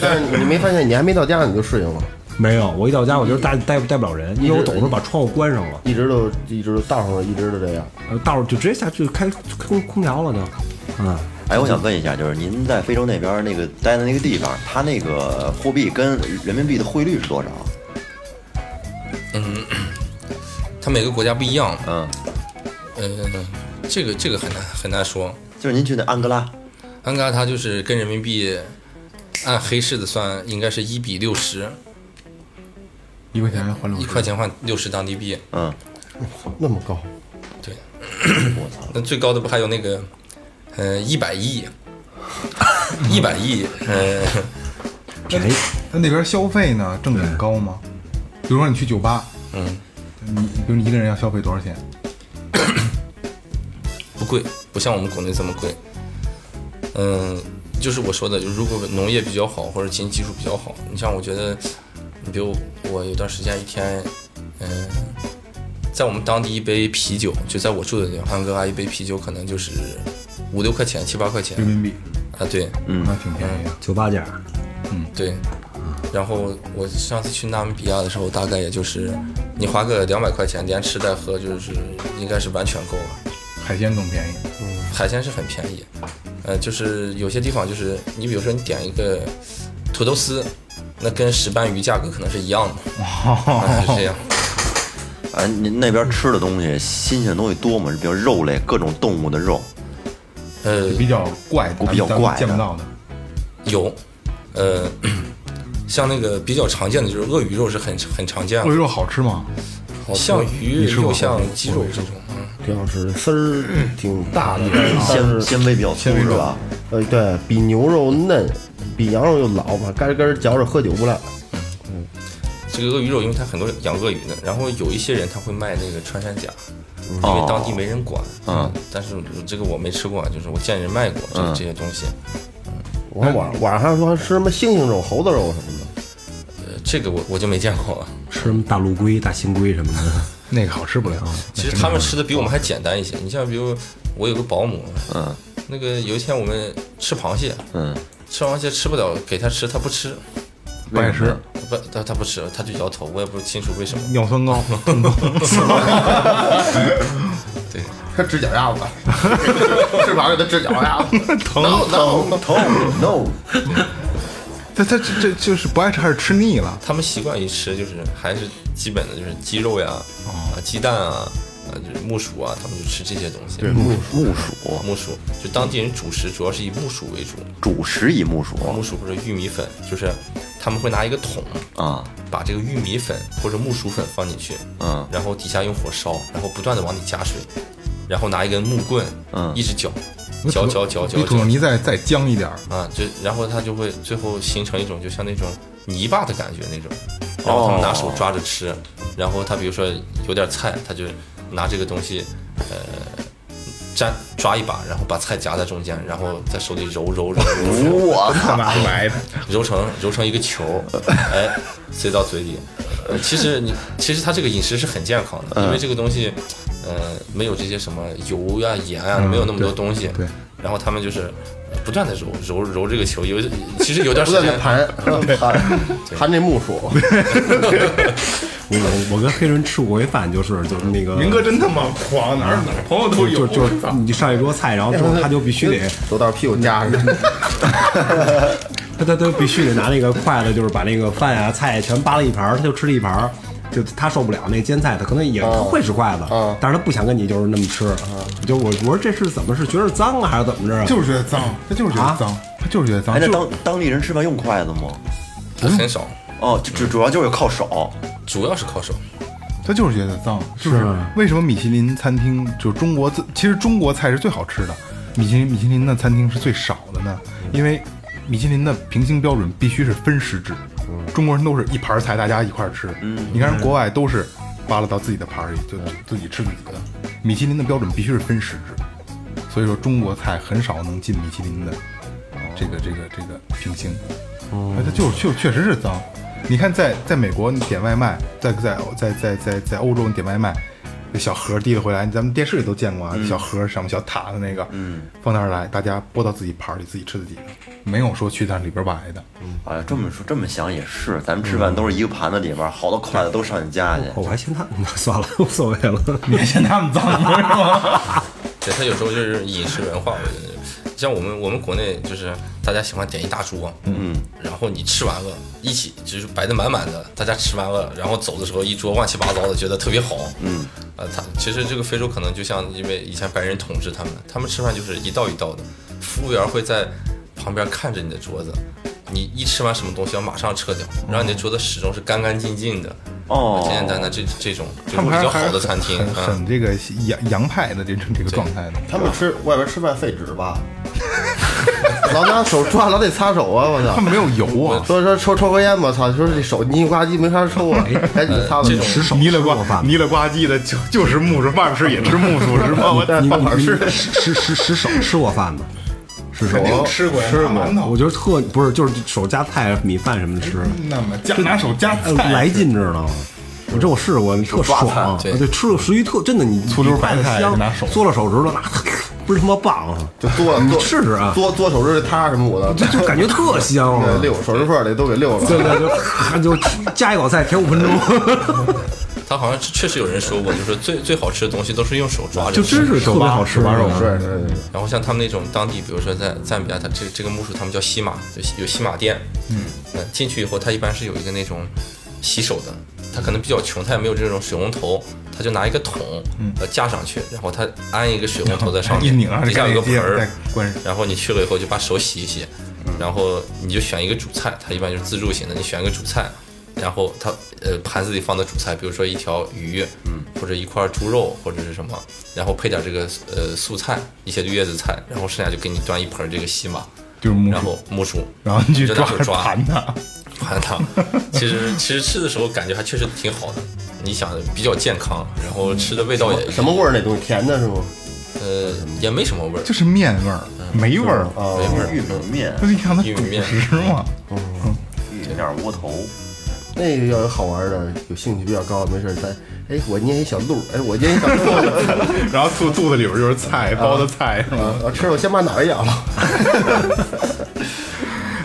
Speaker 4: 但是你没发现，你还没到家你就适应了，
Speaker 6: 没有，我一到家我就是带带带不了人，因为我走的时候把窗户关上了，
Speaker 4: 一直都一直都道上了，一直都这样。
Speaker 6: 呃到时候就直接下去开开空空调了就，嗯，
Speaker 5: 哎，我想问一下，就是您在非洲那边那个待的那个地方，它那个货币跟人民币的汇率是多少？
Speaker 7: 它每个国家不一样，
Speaker 5: 嗯，
Speaker 7: 嗯，这个这个很难很难说。
Speaker 5: 就是您去那安哥拉，
Speaker 7: 安哥拉它就是跟人民币按黑市的算，应该是一比六十，
Speaker 3: 一块钱换六
Speaker 7: 一块钱换六十当地币。
Speaker 5: 嗯，
Speaker 4: 那么高，
Speaker 7: 对，那最高的不还有那个，呃，一百亿，一百亿，呃，
Speaker 6: 便宜。
Speaker 3: 那那边消费呢，正经高吗？比如说你去酒吧，
Speaker 7: 嗯，
Speaker 3: 你比如你一个人要消费多少钱？
Speaker 7: 不贵，不像我们国内这么贵。嗯，就是我说的，就是如果农业比较好或者经济基础比较好，你像我觉得，你比如我有段时间一天，嗯、在我们当地一杯啤酒，就在我住的地方，安哥拉一杯啤酒可能就是五六块钱、七八块钱
Speaker 3: 人民币，
Speaker 7: 啊，对，
Speaker 5: 嗯
Speaker 3: 那挺便宜啊的。
Speaker 6: 酒吧价，
Speaker 7: 对，然后我上次去纳米比亚的时候，大概也就是你花个两百块钱，连吃带喝就是应该是完全够了。
Speaker 3: 海鲜更便宜，
Speaker 7: 海鲜是很便宜，呃，就是有些地方就是你比如说你点一个土豆丝，那跟石斑鱼价格可能是一样的，啊、是这样。
Speaker 5: 哎，您那边吃的东西，新鲜的东西多吗？比如肉类，各种动物的肉，
Speaker 7: 呃，
Speaker 3: 比较怪，
Speaker 5: 比较
Speaker 3: 咱们
Speaker 5: 怪的
Speaker 3: 见不到的。嗯
Speaker 7: 有，呃，像那个比较常见的就是鳄鱼肉是很很常见
Speaker 3: 鳄鱼
Speaker 7: 的，
Speaker 3: 肉好吃吗？
Speaker 7: 像
Speaker 3: 你
Speaker 7: 鱼
Speaker 3: 吃过
Speaker 7: 肉、
Speaker 3: 吗
Speaker 7: 像鸡肉这种，嗯，
Speaker 4: 挺好吃的，丝儿挺大的，
Speaker 6: 嗯
Speaker 4: 但
Speaker 5: 纤
Speaker 4: 是
Speaker 5: 纤维比较粗是吧？
Speaker 4: 呃，对比牛肉嫩，比羊肉又老吧，嘎吱嘎吱嚼着喝酒不赖。
Speaker 7: 这个鳄鱼肉，因为它很多养鳄鱼的，然后有一些人他会卖那个穿山甲，因
Speaker 5: 哦
Speaker 7: 为当地没人管。
Speaker 3: 哦
Speaker 5: 嗯，
Speaker 7: 但是这个我没吃过，啊就是我见人卖过这
Speaker 5: 嗯
Speaker 7: 这些东西，
Speaker 4: 我看网网上还说吃什么猩猩肉、猴子肉什么
Speaker 6: 嗯
Speaker 4: 的，
Speaker 7: 呃，这个我我就没见过了。
Speaker 6: 吃什么大陆龟、大新龟什么的。
Speaker 3: 那个好吃不了。
Speaker 7: 其实他们吃的比我们还简单一些。你像比如我有个保姆，
Speaker 5: 嗯
Speaker 7: 那个有一天我们吃螃蟹，
Speaker 5: 嗯，
Speaker 7: 吃螃蟹吃不了，给他吃他不吃，
Speaker 3: 不爱吃，
Speaker 7: 不他他不吃，他就摇头，我也不清楚为什么。
Speaker 3: 尿酸 高，痛风。
Speaker 7: 对，
Speaker 4: 他治脚丫子， 吃螃蟹他治脚丫子，疼疼疼。
Speaker 5: no，
Speaker 3: 他他这这就是不爱吃还是吃腻了？
Speaker 7: 他们习惯于吃就是还是基本的就是鸡肉呀，啊鸡蛋啊，啊就是木薯啊，他们就吃这些东西。对，
Speaker 5: 木木薯，
Speaker 7: 木薯，就当地人主食主要是以木薯为主，
Speaker 5: 主食以木薯
Speaker 7: 木薯或者玉米粉，就是他们会拿一个桶，
Speaker 5: 啊，
Speaker 7: 把这个玉米粉或者木薯粉放进去，
Speaker 5: 嗯
Speaker 7: 然后底下用火烧，然后不断的往里加水，然后拿一根木棍，
Speaker 5: 嗯
Speaker 7: 一直搅，搅搅搅搅
Speaker 3: 比土豆
Speaker 7: 搅，
Speaker 3: 泥再再僵一点儿，
Speaker 7: 啊，就然后它就会最后形成一种就像那种泥巴的感觉那种，然后他们拿
Speaker 5: 哦
Speaker 7: 手抓着吃，然后他比如说有点菜，他就拿这个东西，呃。粘抓一把，然后把菜夹在中间，然后在手里揉揉揉揉揉，
Speaker 5: 我 操，
Speaker 3: 嗯
Speaker 7: 揉成揉成一个球儿， 哎，塞到嘴里。呃，其实你其实它这个饮食是很健康的，因为
Speaker 4: 嗯
Speaker 7: 这个东西，呃，没有这些什么油呀、盐啊，没有那么
Speaker 4: 嗯
Speaker 7: 多东西。
Speaker 3: 对。
Speaker 7: 然后他们就是不断的揉揉揉这个球，有其实有段
Speaker 4: 不
Speaker 7: 时
Speaker 4: 断
Speaker 7: 间
Speaker 4: 的 盘盘盘这木薯，
Speaker 6: 我我我跟黑人吃过一饭，就是就是那个
Speaker 3: 明哥真他妈狂，哪儿哪儿朋友都有。
Speaker 6: 就就就你上一桌菜，然后 之后他就必须 得，
Speaker 4: 走到屁股夹上。
Speaker 6: 他他他必须得拿那个筷子，就是把那个饭啊菜全扒了一盘儿，他就吃了一盘儿，就他受不了那煎菜，他可能
Speaker 3: 啊
Speaker 6: 也他会使筷子，但是他不想跟你就是那么吃。就我我说这是怎么是觉得脏啊，还是怎么着啊？
Speaker 3: 就是觉得脏，他就是觉得脏，他就是觉得脏
Speaker 5: 哎，。那
Speaker 3: 就
Speaker 5: 当当地人吃饭用筷子吗？
Speaker 4: 嗯
Speaker 7: 很少，
Speaker 5: 哦，就主主要就是靠手，
Speaker 7: 主要是靠手。
Speaker 3: 他就是觉得脏，就是
Speaker 6: 是吗
Speaker 3: 为什么米其林餐厅就是中国最，其实中国菜是最好吃的，米其林米其林的餐厅是最少的呢？因为米其林的评星标准必须是分食制，中国人都是一盘菜大家一块儿吃，你看人国外都是扒拉到自己的盘儿里就就自己吃自己的，米其林的标准必须是分食制，所以说中国菜很少能进米其林的这个这个这个评星。哎，它就是确确实是脏。你看在，在美国你点外卖，在在在在在在欧洲你点外卖，那小盒提了回来，咱们电视里都见过啊，小盒上面小塔的那个，嗯，放那儿来，大家拨到自己盘儿里自己吃自己的，没有说去那里边崴的。
Speaker 5: 哎呀，这么说这么想也是，咱们吃饭都是一个盘子里边儿，好多筷子都上你家去。
Speaker 6: 哦我还嫌他 算了，无所谓了。
Speaker 3: 你还嫌他们脏是吗？
Speaker 7: 对他有时候就是饮食文化，我觉得是像我们我们国内就是大家喜欢点一大桌，嗯，然后你吃完了，一起就是摆的满满的，大家吃完了，然后走的时候一桌乱七八糟的，觉得特别好，嗯，呃，他其实这个非洲可能就像因为以前白人统治他们，他们吃饭就是一道一道的，服务员会在旁边看着你的桌子。你一吃完什么东西要马上撤掉，然后你的桌子始终是干干净净的，
Speaker 5: 哦
Speaker 7: 简简单单这这种就是
Speaker 3: 他们
Speaker 7: 比
Speaker 3: 还
Speaker 7: 较
Speaker 3: 是还
Speaker 7: 好
Speaker 3: 是
Speaker 7: 的餐厅，
Speaker 3: 很
Speaker 7: 嗯
Speaker 3: 很这个洋洋派的这种这个状态的。
Speaker 4: 他们吃外边吃饭费纸吧， 老拿手抓，老得擦手啊！我
Speaker 3: 他
Speaker 4: 操。
Speaker 3: 们没有油啊，
Speaker 4: 说说抽抽根烟吧，操！说这手泥呱唧没法抽 啊，赶紧擦擦
Speaker 7: 这种
Speaker 4: 手。
Speaker 3: 泥了
Speaker 6: 吃过
Speaker 3: 呱
Speaker 6: 饭吗
Speaker 3: 泥了呱唧的，就就是木是外边吃也吃木薯是吧？我
Speaker 6: 你
Speaker 3: 饭碗
Speaker 6: 你
Speaker 3: 吃
Speaker 6: 使使使手吃过饭吗？使手
Speaker 3: 肯，定吃过呀，
Speaker 4: 吃过
Speaker 3: 馒头
Speaker 6: 我觉得特不是，就是手夹菜、米饭什么的吃，
Speaker 3: 那么夹拿手夹
Speaker 6: 呃
Speaker 3: 菜
Speaker 6: 来劲，知道吗？我这我试过，特爽，啊
Speaker 7: 对
Speaker 6: 对，吃了食欲特真的，你
Speaker 3: 醋溜白菜
Speaker 6: 你
Speaker 3: 也
Speaker 6: 香
Speaker 3: 拿手
Speaker 6: 嘬了手指头，那不是他妈棒啊，
Speaker 4: 就剁剁
Speaker 6: 试试啊
Speaker 4: 剁剁手指头塌什么我的，
Speaker 6: 就感觉特香啊
Speaker 4: 对，溜手指缝儿里都给溜
Speaker 6: 对
Speaker 4: 了。
Speaker 6: 对，就咔就加一口菜，舔五 分钟，
Speaker 7: 他好像是确实有人说过，就是最最好吃的东西都是用手抓着
Speaker 6: 就
Speaker 7: 吃
Speaker 6: 真是特别好吃，啊
Speaker 3: 手把手
Speaker 4: 对对对，
Speaker 7: 然后像他们那种当地，比如说在赞比亚，它这这个木薯他们叫西马，就有西马店。嗯，呃，进去以后，它一般是有一个那种洗手的，他可能比较穷，他也没有这种水龙头，他就拿一个桶，呃，架上去，然后他安一个水龙 头在上面，
Speaker 3: 一拧啊上
Speaker 7: 底下有个
Speaker 3: 就赶紧
Speaker 7: 盆
Speaker 3: 接
Speaker 7: 儿
Speaker 3: 着再关上，
Speaker 7: 然后你去了以后就把手洗一洗，然后你就选一个主菜，它一般就是自助型的，你选一个主菜，然后它呃盘子里放的主菜，比如说一条鱼，嗯，或者一块猪肉或者是什么，然后配点这个呃素菜，一些绿叶子菜，然后剩下就给你端一盆这个西马，
Speaker 3: 就是木
Speaker 7: 然
Speaker 3: 薯，
Speaker 7: 后木薯，
Speaker 3: 然后你去
Speaker 7: 就
Speaker 3: 抓
Speaker 7: 拿手抓
Speaker 3: 盘它。
Speaker 7: 盘 它。其实其实吃的时候感觉还确实挺好的，你想比较健康，然后吃的味道也
Speaker 4: 什么味儿那东西？甜的是吗？
Speaker 7: 呃也没什么味儿
Speaker 3: 就，是面味儿，
Speaker 7: 嗯
Speaker 3: 没味儿，
Speaker 4: 啊，
Speaker 7: 没味儿。
Speaker 5: 玉米面，
Speaker 3: 不是像它
Speaker 7: 玉
Speaker 3: 主
Speaker 7: 米面
Speaker 3: 食嘛。
Speaker 5: 玉米面儿窝头，
Speaker 4: 那个要有好玩的，有兴趣比较高，没事儿咱，哎，我捏一小鹿，哎，我捏一小鹿，
Speaker 7: 嗯
Speaker 3: 然后肚肚子里边就是菜，包的菜是吧？
Speaker 4: 我啊吃我先把脑袋咬了。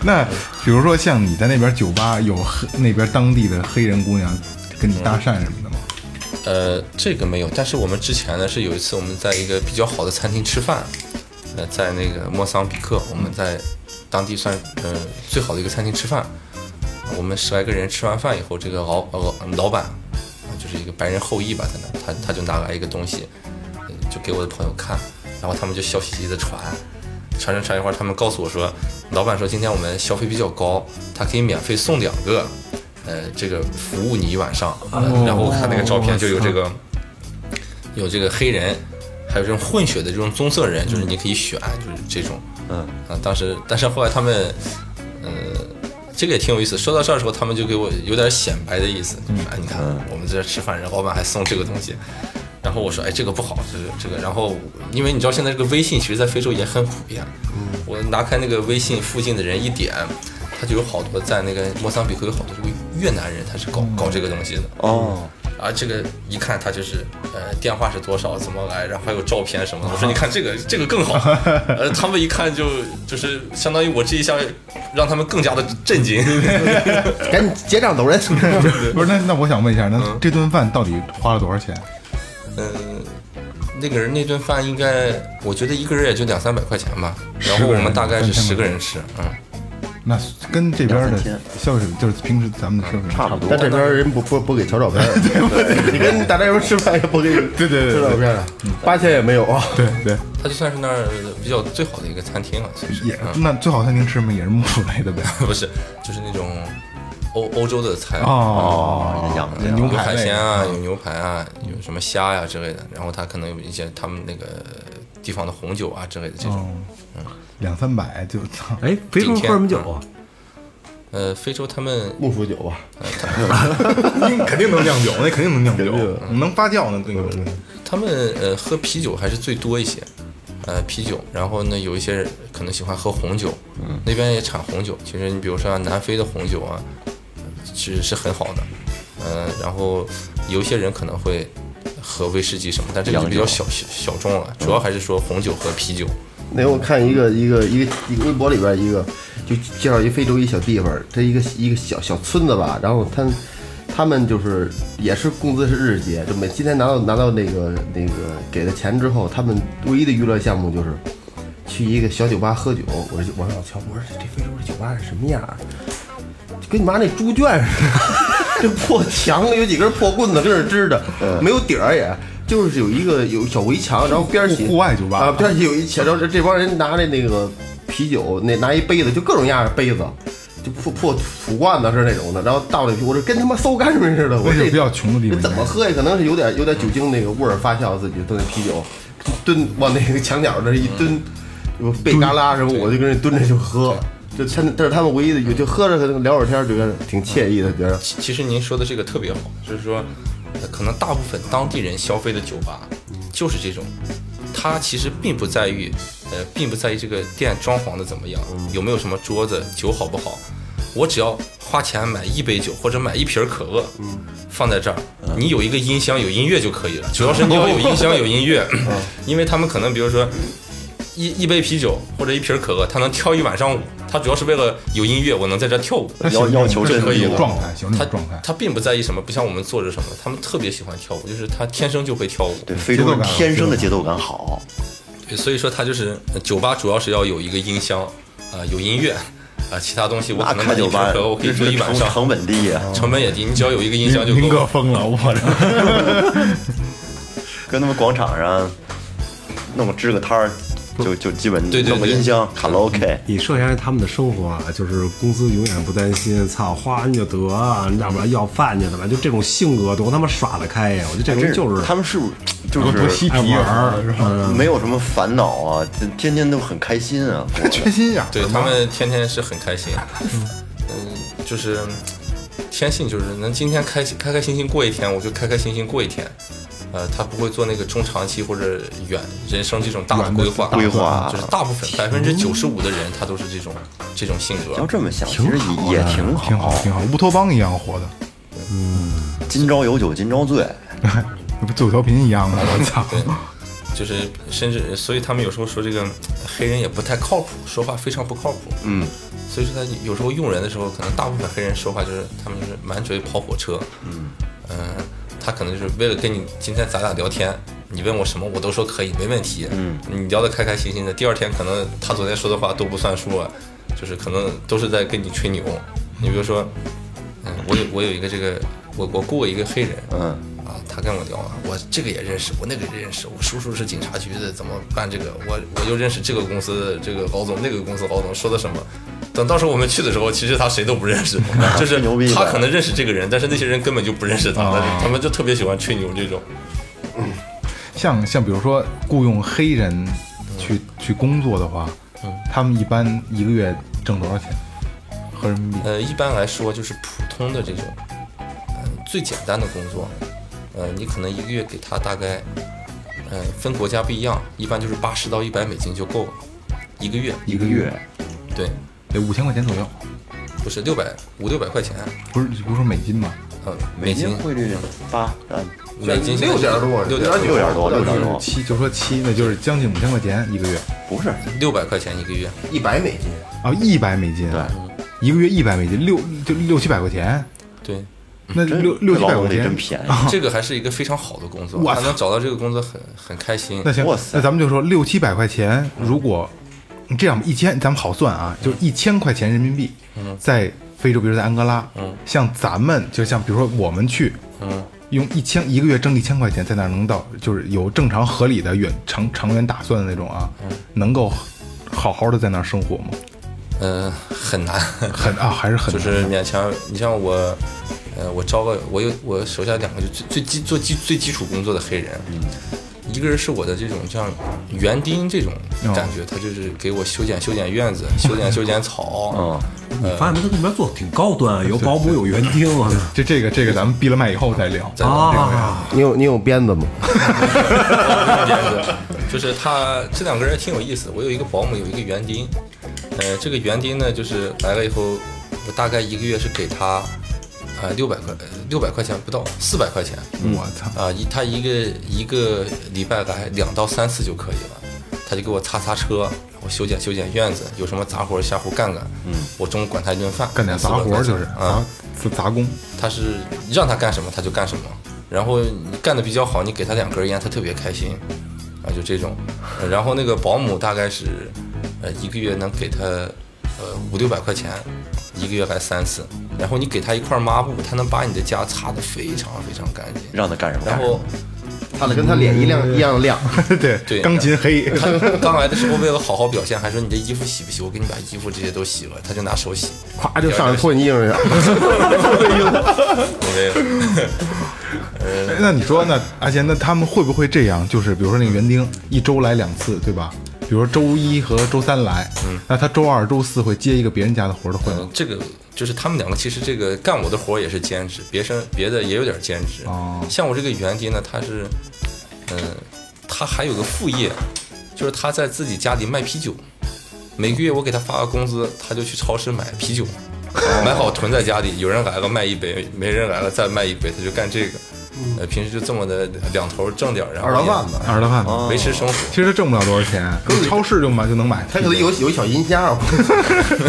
Speaker 3: 那比如说像你在那边酒吧有黑那边当地的黑人姑娘跟你
Speaker 7: 嗯
Speaker 3: 搭讪什么的吗？
Speaker 7: 呃，这个没有，但是我们之前呢是有一次我们在一个比较好的餐厅吃饭，呃，在那个莫桑比克，我们在当地算呃最好的一个餐厅吃饭，我们十来个人吃完饭以后，这个老老老板啊就是一个白人后裔吧，在那他他就拿来一个东西，呃就给我的朋友看，然后他们就笑嘻嘻的传。传着传一会儿，他们告诉我说，老板说今天我们消费比较高，他可以免费送两个，呃，这个服务你一晚上。呃然后我看那个照片就有这个，有这个黑人，还有这种混血的这种棕色人，就是你可以选，就是这种。
Speaker 5: 嗯，
Speaker 7: 啊，当时，但是后来他们，呃，这个也挺有意思。说到这儿的时候，他们就给我有点显摆的意思，就是哎，你看我们在这儿吃饭，人老板还送这个东西。然后我说，哎，这个不好，就是这个。然后，因为你知道现在这个微信，其实在非洲也很普遍。我拿开那个微信，附近的人一点，他就有好多在那个莫桑比克有好多这个越南人，他是搞搞这个东西的。
Speaker 5: 哦，
Speaker 7: 啊，这个一看他就是，呃，电话是多少，怎么来，然后还有照片什么的。我说你看这个，这个 更好。呃，他们一看就就是相当于我这一下让他们更加的震惊。
Speaker 4: 赶紧结账 走人。
Speaker 3: 不是，那那我想问一下，那这顿饭到底花了多少钱？
Speaker 7: 嗯、那个人那顿饭应该，我觉得一个人也就两三百块钱吧。然
Speaker 3: 十个
Speaker 7: 后我
Speaker 3: 人
Speaker 7: 们大概是
Speaker 3: 三千
Speaker 7: 十
Speaker 3: 块
Speaker 7: 个人吃，嗯，
Speaker 3: 那跟这边的
Speaker 5: 两三天
Speaker 3: 消费水平就是平时咱们的消费水平
Speaker 5: 差不多
Speaker 4: 但。这边人不不不给调照 片儿，你跟大家说吃饭也不给对
Speaker 3: 对对
Speaker 4: 调照片儿啊，八千也没有啊。
Speaker 3: 对对，
Speaker 7: 它就算是那儿比较最好的一个餐厅了，其实
Speaker 3: 也
Speaker 7: 嗯
Speaker 3: 那最好餐厅吃什么也是木薯类的呗。
Speaker 7: 不是，就是那种欧欧洲的菜，
Speaker 3: 哦，
Speaker 5: 养的
Speaker 3: 牛
Speaker 7: 有
Speaker 3: 排
Speaker 7: 海
Speaker 3: 类
Speaker 7: 鲜啊，有牛排啊，有什么虾呀、之类的，然后它可能有一些他们那个地方的红酒啊之类的这种。
Speaker 3: 两三百就操，
Speaker 6: 哎，非洲喝什么酒啊？
Speaker 7: 呃，非洲他们
Speaker 4: 木薯酒吧，
Speaker 3: 肯定能酿酒，那肯定能酿酒，能发酵呢，这个东西。
Speaker 7: 他们呃喝啤酒还是最多一些，呃啤酒，然后呢有一些人可能喜欢喝红酒，那边也产红酒。其实你比如说像南非的红酒啊，是是很好的，呃，然后有一些人可能会喝威士忌什么，但这个就比较小小小众了，主要还是说红酒和啤酒。
Speaker 4: 那天我看一个一个一个一个微博里边一个，就介绍一非洲一小地方，这一个一个小小村子吧，然后他他们就是也是工资是日结，就每今天拿到拿到那个那个给了钱之后，他们唯一的娱乐项目就是去一个小酒吧喝酒。我说我说老乔，我说这非洲这酒吧是什么样啊？就跟你妈那猪圈似的， 这破墙有几根破棍子跟那支着，
Speaker 3: 嗯
Speaker 4: 没有底儿也。就是有一个有小围墙，然后边儿起
Speaker 3: 户户外酒吧
Speaker 4: 啊，边儿起有一墙，然后这这帮人拿着那个啤酒，那拿一杯子，就各种样儿的杯子，就破破土罐子是那种的，然后倒了一瓶，我这跟他妈烧干水似的，我
Speaker 3: 那
Speaker 4: 这
Speaker 3: 是比较穷的地
Speaker 4: 这
Speaker 3: 方，
Speaker 4: 怎么喝呀？可能是有点有点酒精那个味儿发酵，自己的那啤酒蹲往那个墙角那儿一蹲，
Speaker 5: 嗯
Speaker 4: 背旮旯什么，我就跟人蹲着就喝。就他们，这是他们唯一的，有就喝着可能聊会儿天，觉得挺惬意的，觉得
Speaker 7: 其其实您说的这个特别好，就是说，呃可能大部分当地人消费的酒吧就是这种，他其实并不在意，呃，并不在意这个店装潢的怎么样，有没有什么桌子，酒好不好，我只要花钱买一杯酒或者买一瓶可乐，放在这儿，你有一个音箱有音乐就可以了，主要是你要有音箱有音乐， 因为他们可能比如说。一一杯啤酒或者一瓶可乐，他能跳一晚上舞。他主要是为了有音乐，我能在这儿跳舞。
Speaker 5: 要要求这
Speaker 3: 可
Speaker 5: 个
Speaker 3: 以
Speaker 5: 地
Speaker 3: 的
Speaker 5: 步
Speaker 3: 状态，喜欢这
Speaker 7: 他
Speaker 3: 种嗯状态。
Speaker 7: 他并不在意什么，不像我们坐着什么，他们特别喜欢跳舞，就是他天生就会跳舞。
Speaker 5: 对，非洲
Speaker 3: 节奏
Speaker 5: 人
Speaker 3: 感
Speaker 5: 天生的节奏感好，
Speaker 7: 对，所以说他就是呃酒吧主要是要有一个音箱，啊、有音乐，啊、其他东西我
Speaker 5: 那
Speaker 7: 可能买
Speaker 5: 开
Speaker 7: 一瓶
Speaker 5: 酒吧
Speaker 7: 可乐，我可以
Speaker 5: 这
Speaker 7: 坐
Speaker 5: 是
Speaker 7: 一晚
Speaker 5: 成
Speaker 7: 上，
Speaker 5: 成本低啊，
Speaker 7: 成本也低，你只要有一个音箱就
Speaker 3: 您
Speaker 7: 够
Speaker 3: 哥
Speaker 7: 了。
Speaker 3: 疯了，我这
Speaker 5: 跟他们广场上弄个支个摊儿，就就基本
Speaker 7: 对对
Speaker 5: 弄个
Speaker 7: 对
Speaker 5: 音箱卡拉 OK，
Speaker 6: 你设想一下他们的生活啊，就是公司永远不担心，操，花完就得，啊要不然要饭去，怎么就这种性格多他妈耍得开呀！我觉得这人就是
Speaker 5: 他们是就
Speaker 3: 多
Speaker 5: 是
Speaker 3: 嬉皮人儿，啊是哎吧？
Speaker 5: 没有什么烦恼啊，就天天都很开心啊，过得
Speaker 3: 缺心眼儿嘛，
Speaker 7: 对他们天天是很开心，嗯，就是天性就是能今天开心开开心心过一天，我就开开心心过一天。呃，他不会做那个中长期或者远人生这种大的规划，
Speaker 5: 规划
Speaker 7: 就是大部分百分之九十五的人他都是这种这种性格
Speaker 5: 要。这么想，其实也也挺
Speaker 3: 挺
Speaker 5: 好，
Speaker 3: 好
Speaker 5: 啊
Speaker 3: 挺好，乌托邦一样活的，
Speaker 5: 今朝有酒今朝醉，
Speaker 3: 那不九条频一样吗？我操！
Speaker 7: 就是甚至，所以他们有时候说这个黑人也不太靠谱，说话非常不靠谱。
Speaker 5: 嗯，
Speaker 7: 所以说他有时候用人的时候，可能大部分黑人说话就是他们是满嘴跑火车。嗯他可能就是为了跟你今天咱俩聊天，你问我什么我都说可以，没问题。嗯，你聊得开开心心的，第二天可能他昨天说的话都不算数啊，就是可能都是在跟你吹牛。你比如说，嗯，我有我有一个这个，我我雇过一个黑人，
Speaker 5: 嗯，
Speaker 7: 啊，他跟我聊啊，我这个也认识，我那个也认识，我叔叔是警察局的，怎么办这个？我我又认识这个公司这个老总，那个公司老总说的什么？等到时候我们去的时候，其实他谁都不认 识，就是
Speaker 5: 牛逼的哦
Speaker 7: 他可能认识这个人，但是那些人根本就不认识他，但是他们就特别喜欢吹牛这种。
Speaker 3: 像像比如说雇佣黑人去去工作的话，他们一般一个月挣多少钱？合人民币？
Speaker 7: 呃，一般来说就是普通的这种，嗯、最简单的工作，呃，你可能一个月给他大概，呃，分国家不一样，一般就是八十到一百美金就够了，一个月，
Speaker 5: 一个月
Speaker 7: 对，
Speaker 3: 得五千块钱左右，
Speaker 7: 不是六百五六百块钱，
Speaker 3: 不是不是说美金吗？
Speaker 7: 呃，美金，
Speaker 5: 汇率八，嗯
Speaker 7: 美金
Speaker 4: 六点多，
Speaker 7: 六点多
Speaker 5: 六点多六点
Speaker 3: 就是
Speaker 5: 多，
Speaker 3: 七，就说七，那就是将近五千块钱一个月
Speaker 5: 不是
Speaker 7: 六百块钱一个月，
Speaker 4: 一百美金，
Speaker 3: 啊，一百美金，
Speaker 5: 对，
Speaker 3: 一个月一百美金，六就六七百块钱，
Speaker 7: 对，
Speaker 3: 那
Speaker 5: 嗯真
Speaker 3: 六六七
Speaker 5: 这
Speaker 3: 百
Speaker 5: 劳动
Speaker 3: 块
Speaker 5: 力真
Speaker 3: 钱，
Speaker 5: 便宜。
Speaker 7: 这个还是一个非常好的工作，
Speaker 3: 哇
Speaker 7: 他能找到这个工作很很开心
Speaker 3: 那。行
Speaker 5: 哇，塞嗯
Speaker 3: 那咱们就说六七百块钱，如果你这样吧，一千，咱们好算啊，就是一千块钱人民币，
Speaker 5: 嗯
Speaker 3: 在非洲，比如在安哥拉，像咱们就像比如说我们去，
Speaker 5: 嗯
Speaker 3: 用一千一个月挣一千块钱，在那儿能到就是有正常合理的远长长远打算的那种啊，
Speaker 5: 嗯
Speaker 3: 能够好好的在那儿生活吗？
Speaker 7: 嗯、很难，
Speaker 3: 很啊，还是很
Speaker 7: 就
Speaker 3: 难
Speaker 7: 是勉强。你像我，呃，我招个，我有我手下两个就最最基做基最基础工作的黑人，一个人是我的这种像园丁这种感觉，他就是给我修剪修剪院子，修剪修剪草，
Speaker 5: 嗯，
Speaker 9: 你发现没？他那边做的挺高端啊，有保姆，有园丁啊。
Speaker 3: 这这个这个咱们闭了麦以后再聊。
Speaker 7: 在
Speaker 9: 啊，
Speaker 4: 你有你有鞭子吗？
Speaker 7: 这样子， 就是他这两个人挺有意思。我有一个保姆，有一个园丁。呃，这个园丁呢，就是来了以后，我大概一个月是给他，呃，六百块，六百块钱不到，四百块钱。
Speaker 3: 我操，
Speaker 7: 啊、一他一个一个礼拜来两到三次就可以了，他就给我擦擦车，我修剪修剪院子，有什么杂活儿下午干干，嗯，我中午管他一顿饭，
Speaker 3: 干点杂活儿就是
Speaker 7: 啊
Speaker 3: 啊，，杂杂工。
Speaker 7: 他是让他干什么他就干什么，然后你干的比较好，你给他两根烟，他特别开心，啊，就这种。呃然后那个保姆大概是，呃，一个月能给他，呃，五六百块钱，一个月来三次。然后你给他一块抹布，他能把你的家擦得非常非常干净。
Speaker 5: 让他干什么干
Speaker 7: 然
Speaker 5: 什么
Speaker 7: 后
Speaker 4: 他得跟他脸一亮
Speaker 5: 嗯
Speaker 4: 一样亮。
Speaker 3: 对
Speaker 7: 嗯对
Speaker 3: 钢琴黑，
Speaker 7: 他刚来的时候为了好好表现，还说你这衣服洗不洗？我给你把衣服这些都洗了，他就拿手洗。
Speaker 4: 咵就上去搓你衣裳
Speaker 5: 嗯
Speaker 4: 去了。
Speaker 7: 没有，
Speaker 3: 哎 那你说那阿贤，那他们会不会这样？就是比如说那个园丁一周来两次，对吧？比如说周一和周三来，嗯，那他周二、周四会接一个别人家的活儿的会吗
Speaker 7: 嗯，？这个就是他们两个，其实这个干我的活儿也是兼职，别生别的也有点兼职。
Speaker 3: 哦
Speaker 7: 像我这个园丁呢，他是，嗯、他还有个副业，就是他在自己家里卖啤酒。每个月我给他发个工资，他就去超市买啤酒， 买好囤在家里。有人来了卖一杯，没人来了再卖一杯，他就干这个。呃，平时就这么的两头挣点儿，然后
Speaker 4: 二道
Speaker 7: 也
Speaker 4: 贩子
Speaker 5: 嗯
Speaker 3: 二道贩子，
Speaker 7: 维持生活。
Speaker 3: 其实他挣不了多少钱，你超市就买就能买。
Speaker 4: 他可能有
Speaker 5: 嗯
Speaker 4: 有一小音 箱啊，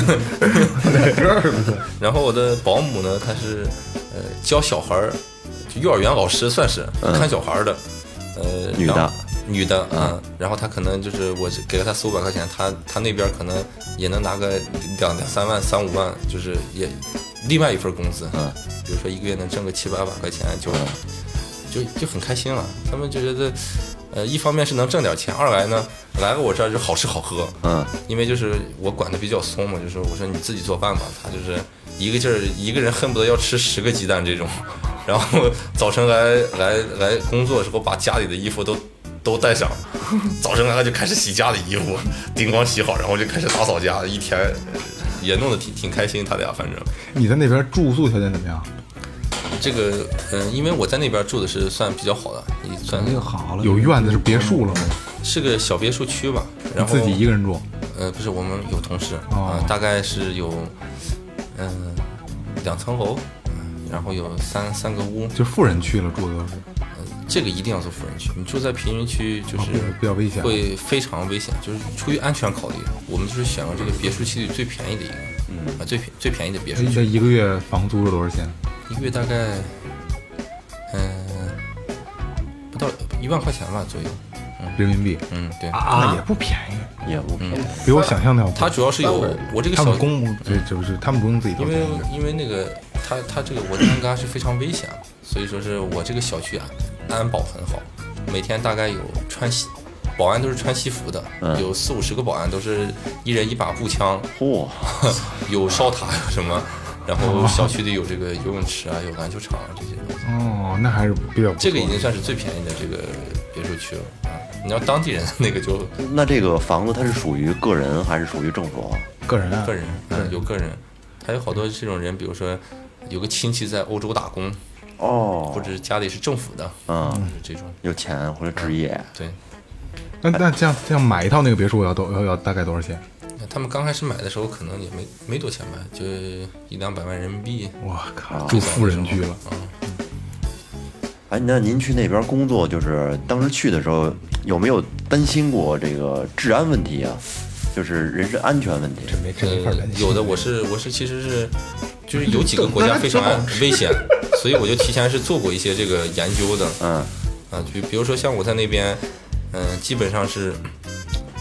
Speaker 4: 哪歌是不是？
Speaker 7: 然后我的保姆呢，她是呃教小孩儿，就幼儿园老师算是、看小孩儿的，呃，
Speaker 5: 嗯女的
Speaker 7: 然后，女的，嗯，然后她可能就是我给了她四五百块钱，她她那边可能也能拿个两两三万、三五万，就是也另外一份工资，
Speaker 5: 嗯，
Speaker 7: 比如说一个月能挣个七八百块钱，就就就很开心了。他们就觉得，呃，一方面是能挣点钱，二来呢，来了我这儿就好吃好喝，
Speaker 5: 嗯，
Speaker 7: 因为就是我管的比较松嘛，就是我说你自己做饭吧，他就是一个劲儿，一个人恨不得要吃十个鸡蛋这种， 然后早晨来来来工作的时候，把家里的衣服都都带上，早晨来了就开始洗家里衣服，叮咣洗好，然后就开始打扫家，一天呃也弄得挺挺开心，他俩反正。
Speaker 3: 你在那边住宿条件怎么样？
Speaker 7: 这个，嗯，因为我在那边住的是算比较好的，也算
Speaker 9: 肯定好了。
Speaker 3: 有院子是别墅了吗？
Speaker 7: 是个小别墅区吧。嗯然后
Speaker 3: 自己一个人住，
Speaker 7: 呃，不是，我们有同事啊、
Speaker 3: 哦
Speaker 7: 大概是有，嗯、两层楼，嗯然后有三三个屋。
Speaker 3: 就富人区了，住的都是。
Speaker 7: 这个一定要做富人区，你住在贫民区就是
Speaker 3: 哦比较危险啊
Speaker 7: 会非常危险。就是出于安全考虑，我们就是选了这个别墅区里最便宜的一个，嗯啊，最便最便宜的别墅
Speaker 3: 哎
Speaker 7: 区
Speaker 3: 这，一个月房租是多少钱？
Speaker 7: 一个月大概，嗯、不到一万块钱吧左右。
Speaker 3: 人民币
Speaker 7: 嗯，对，
Speaker 3: 啊，也不便宜，
Speaker 5: 也不便宜。
Speaker 3: 比我想象的要贵。
Speaker 7: 它主要是有我这个
Speaker 3: 他
Speaker 7: 小
Speaker 3: 们公就就是他们不用自己掏
Speaker 7: 因
Speaker 3: 钱
Speaker 7: 为。因为那个他他这个我的安嘎是非常危险的，所以说是我这个小区啊安保很好，每天大概有穿西保安都是穿西服的，
Speaker 5: 嗯
Speaker 7: 有四五十个保安都是一人一把步枪，
Speaker 5: 嚯，
Speaker 7: 有哨塔有 什么，然后小区里有这个游泳池啊，有篮球场啊这些东西，
Speaker 3: 哦，那还是比较不错
Speaker 7: 这个已经算是最便宜的这个别墅区了啊。你要当地人那个就
Speaker 5: 那这个房子它是属于个人还是属于政府啊？
Speaker 3: 个人啊
Speaker 7: 个，人，嗯，有个人，还有好多这种人，比如说有个亲戚在欧洲打工，或
Speaker 5: 哦，
Speaker 7: 者是家里是政府的，
Speaker 5: 嗯，
Speaker 7: 就是这种。
Speaker 5: 有钱或者职业，
Speaker 7: 对，
Speaker 3: 那那这样这样买一套那个别墅要多要要大概多少钱？
Speaker 7: 那他们刚开始买的时候可能也没没多钱吧，就一两百万人民币。
Speaker 3: 我靠，住富人区了，
Speaker 5: 哎，那您去那边工作，就是当时去的时候有没有担心过这个治安问题啊？就是人身安全问题？
Speaker 3: 没这一块
Speaker 7: 呃
Speaker 3: 担，心。
Speaker 7: 有的我是我是其实是，就是有几个国家非常危险，所以我就提前是做过一些这个研 究的。
Speaker 5: 嗯
Speaker 7: 呃啊，就比如说像我在那边，嗯、基本上是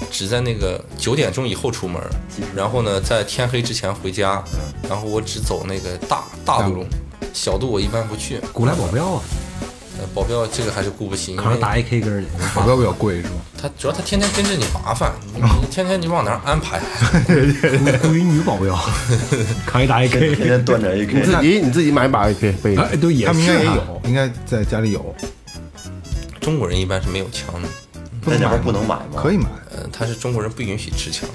Speaker 7: 只在那个九点钟以后出门，然后呢，在天黑之前回家，然后我只走那个大大
Speaker 3: 大
Speaker 7: 路
Speaker 3: 路，
Speaker 7: 小路我一般不去。
Speaker 6: 古来保镖啊，
Speaker 7: 呃，保镖这个还是顾不起，因
Speaker 10: 可
Speaker 7: 为
Speaker 10: 是打一 K 根儿去，
Speaker 3: 保镖比较贵是吧？
Speaker 7: 他主要他天天跟着你麻烦，你
Speaker 3: 哦
Speaker 7: 你天天你往哪儿安排？
Speaker 6: 归女保镖，扛一大 AK，
Speaker 5: 天天端着 AK，
Speaker 4: 你自己你自己买一把 AK 背着，
Speaker 6: 哎，对，也
Speaker 3: 他们应该也
Speaker 6: 是啊
Speaker 3: 有，应该在家里有，
Speaker 7: 中国人一般是没有枪的，
Speaker 3: 不
Speaker 5: 在
Speaker 3: 能
Speaker 5: 那
Speaker 3: 买
Speaker 5: 边不
Speaker 3: 吗，
Speaker 5: 能买吗？
Speaker 3: 可以买。
Speaker 7: 呃，他是中国人不允许持枪，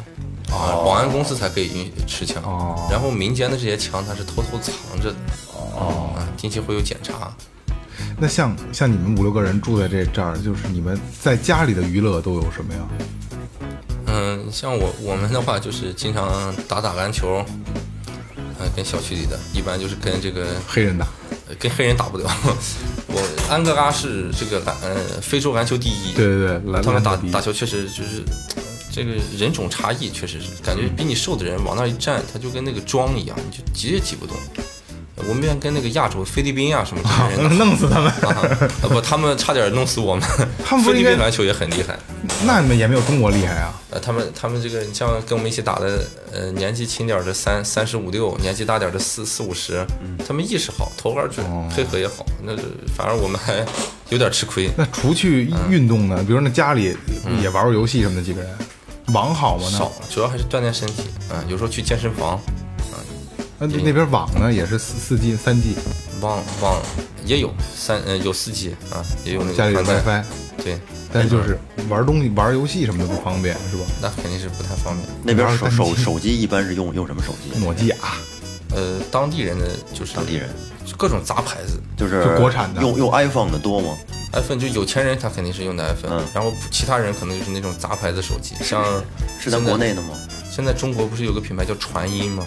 Speaker 3: 哦
Speaker 7: 啊，保安公司才可以允许持枪。然后民间的这些枪，他是偷偷藏着的。哦，啊，定期会有检查。
Speaker 3: 那像像你们五六个人住在这这儿，就是你们在家里的娱乐都有什么呀？
Speaker 7: 嗯，像我我们的话，就是经常打打篮球，嗯、跟小区里的，一般就是跟这个
Speaker 3: 黑人打，
Speaker 7: 呃跟黑人打不了。 我安哥拉是这个篮呃非洲篮球第一，
Speaker 3: 对对对，来
Speaker 7: 他们打
Speaker 3: 来
Speaker 7: 打球确实就是呃这个人种差异，确实是感觉比你瘦的人往那一站，他就跟那个桩一样，你就挤也挤不动。我们便跟那个亚洲菲律宾啊什么这些 人
Speaker 3: 弄死他们。
Speaker 7: 打，啊不，他们差点弄死我们。
Speaker 3: 他们不是
Speaker 7: 菲律
Speaker 3: 应该
Speaker 7: 宾篮球也很厉害，
Speaker 3: 那你们也没有中国厉害啊？
Speaker 7: 呃，他们他们这个你像跟我们一起打的，呃，年纪轻点儿的三三十五六，年纪大点儿的四四五十，
Speaker 3: 嗯
Speaker 7: 他们意识好，投篮准，
Speaker 3: 哦
Speaker 7: 配合也好，那是反而我们还有点吃亏。
Speaker 3: 那除去运动呢？比如那家里也玩玩游戏什么的，几个人网好吗？
Speaker 7: 少
Speaker 3: 那
Speaker 7: 了，主要还是锻炼身体。嗯、有时候去健身房，嗯、
Speaker 3: 那那边网呢也是四四 G、三 G，
Speaker 7: 忘忘也有三，呃，有四 G 啊，也有那个
Speaker 3: 家里有
Speaker 7: 宽带
Speaker 3: Wifi，
Speaker 7: 对，
Speaker 3: 但是就是玩东西、玩游戏什么的不方便，是吧？
Speaker 7: 那肯定是不太方便。
Speaker 5: 那边手手手机一般是用用什么手机？啊
Speaker 3: 诺基亚
Speaker 7: 呃，当地人的就是
Speaker 5: 当地人
Speaker 7: 各种杂牌子
Speaker 5: 就是
Speaker 3: 就国产的
Speaker 5: 用用 iPhone 的多吗？
Speaker 7: ，iPhone 就有钱人他肯定是用的 iPhone，、
Speaker 5: 嗯
Speaker 7: 然后其他人可能就是那种杂牌子手机，像
Speaker 5: 是咱
Speaker 7: 现在
Speaker 5: 国内的吗？
Speaker 7: 现在中国不是有个品牌叫传音吗？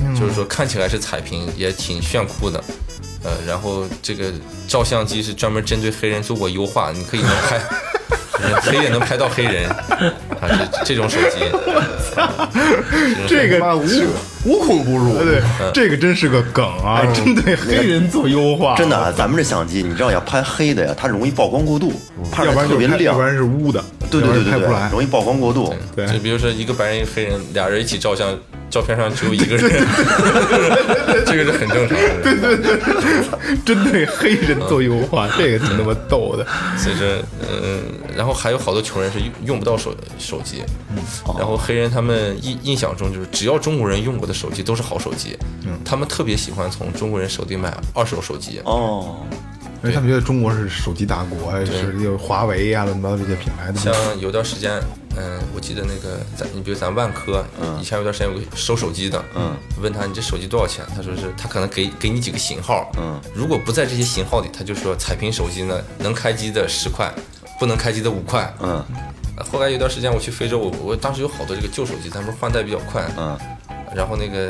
Speaker 3: 嗯
Speaker 7: 就是说看起来是彩屏，也挺炫酷的。呃，然后这个照相机是专门针对黑人做过优化，你可以能拍， 呃黑也能拍到黑人啊，这这种手机，
Speaker 3: 哎这个哎
Speaker 4: 妈无无孔不入，
Speaker 3: 对，呃这个真是个梗啊！针对黑人做优化，
Speaker 5: 真的，啊，咱们这相机，你知道要拍黑的呀，它容易曝光过度，拍出
Speaker 3: 嗯要
Speaker 5: 来
Speaker 3: 不然
Speaker 5: 特
Speaker 3: 就
Speaker 5: 别
Speaker 3: 是拍要
Speaker 5: 亮
Speaker 3: 不。然是污的，
Speaker 5: 对对对对
Speaker 3: 要不然拍不出来
Speaker 5: 对，。容易曝光过度。
Speaker 3: 对
Speaker 7: 就比如说一个白人一个黑人，俩人一起照相，照片上只有一个人， 这个是很正常的。
Speaker 3: 针对黑人做优 化，这个挺他妈逗的。
Speaker 7: 所以说，嗯，然后还有好多穷人是用用不到手手机，然后黑人他们印印象中就是只要中国人用过的手机都是好手机，他们特别喜欢从中国人手里买二手手机，
Speaker 5: 哦，
Speaker 3: 因为他们觉得中国是手机大国，是有华为呀、乱七八糟这些品牌的。
Speaker 7: 像有段时间，嗯，我记得那个咱，你比如咱万科，以前有段时间有个收手机的，嗯，问他你这手机多少钱，他说是他可能给给你几个型号，嗯，如果不在这些型号里，他就说彩屏手机呢，能开机的十块，不能开机的五块，
Speaker 5: 嗯
Speaker 7: 呃。后来有段时间我去非洲，我我当时有好多这个旧手机，他们换代比较快，
Speaker 5: 嗯，
Speaker 7: 然后那个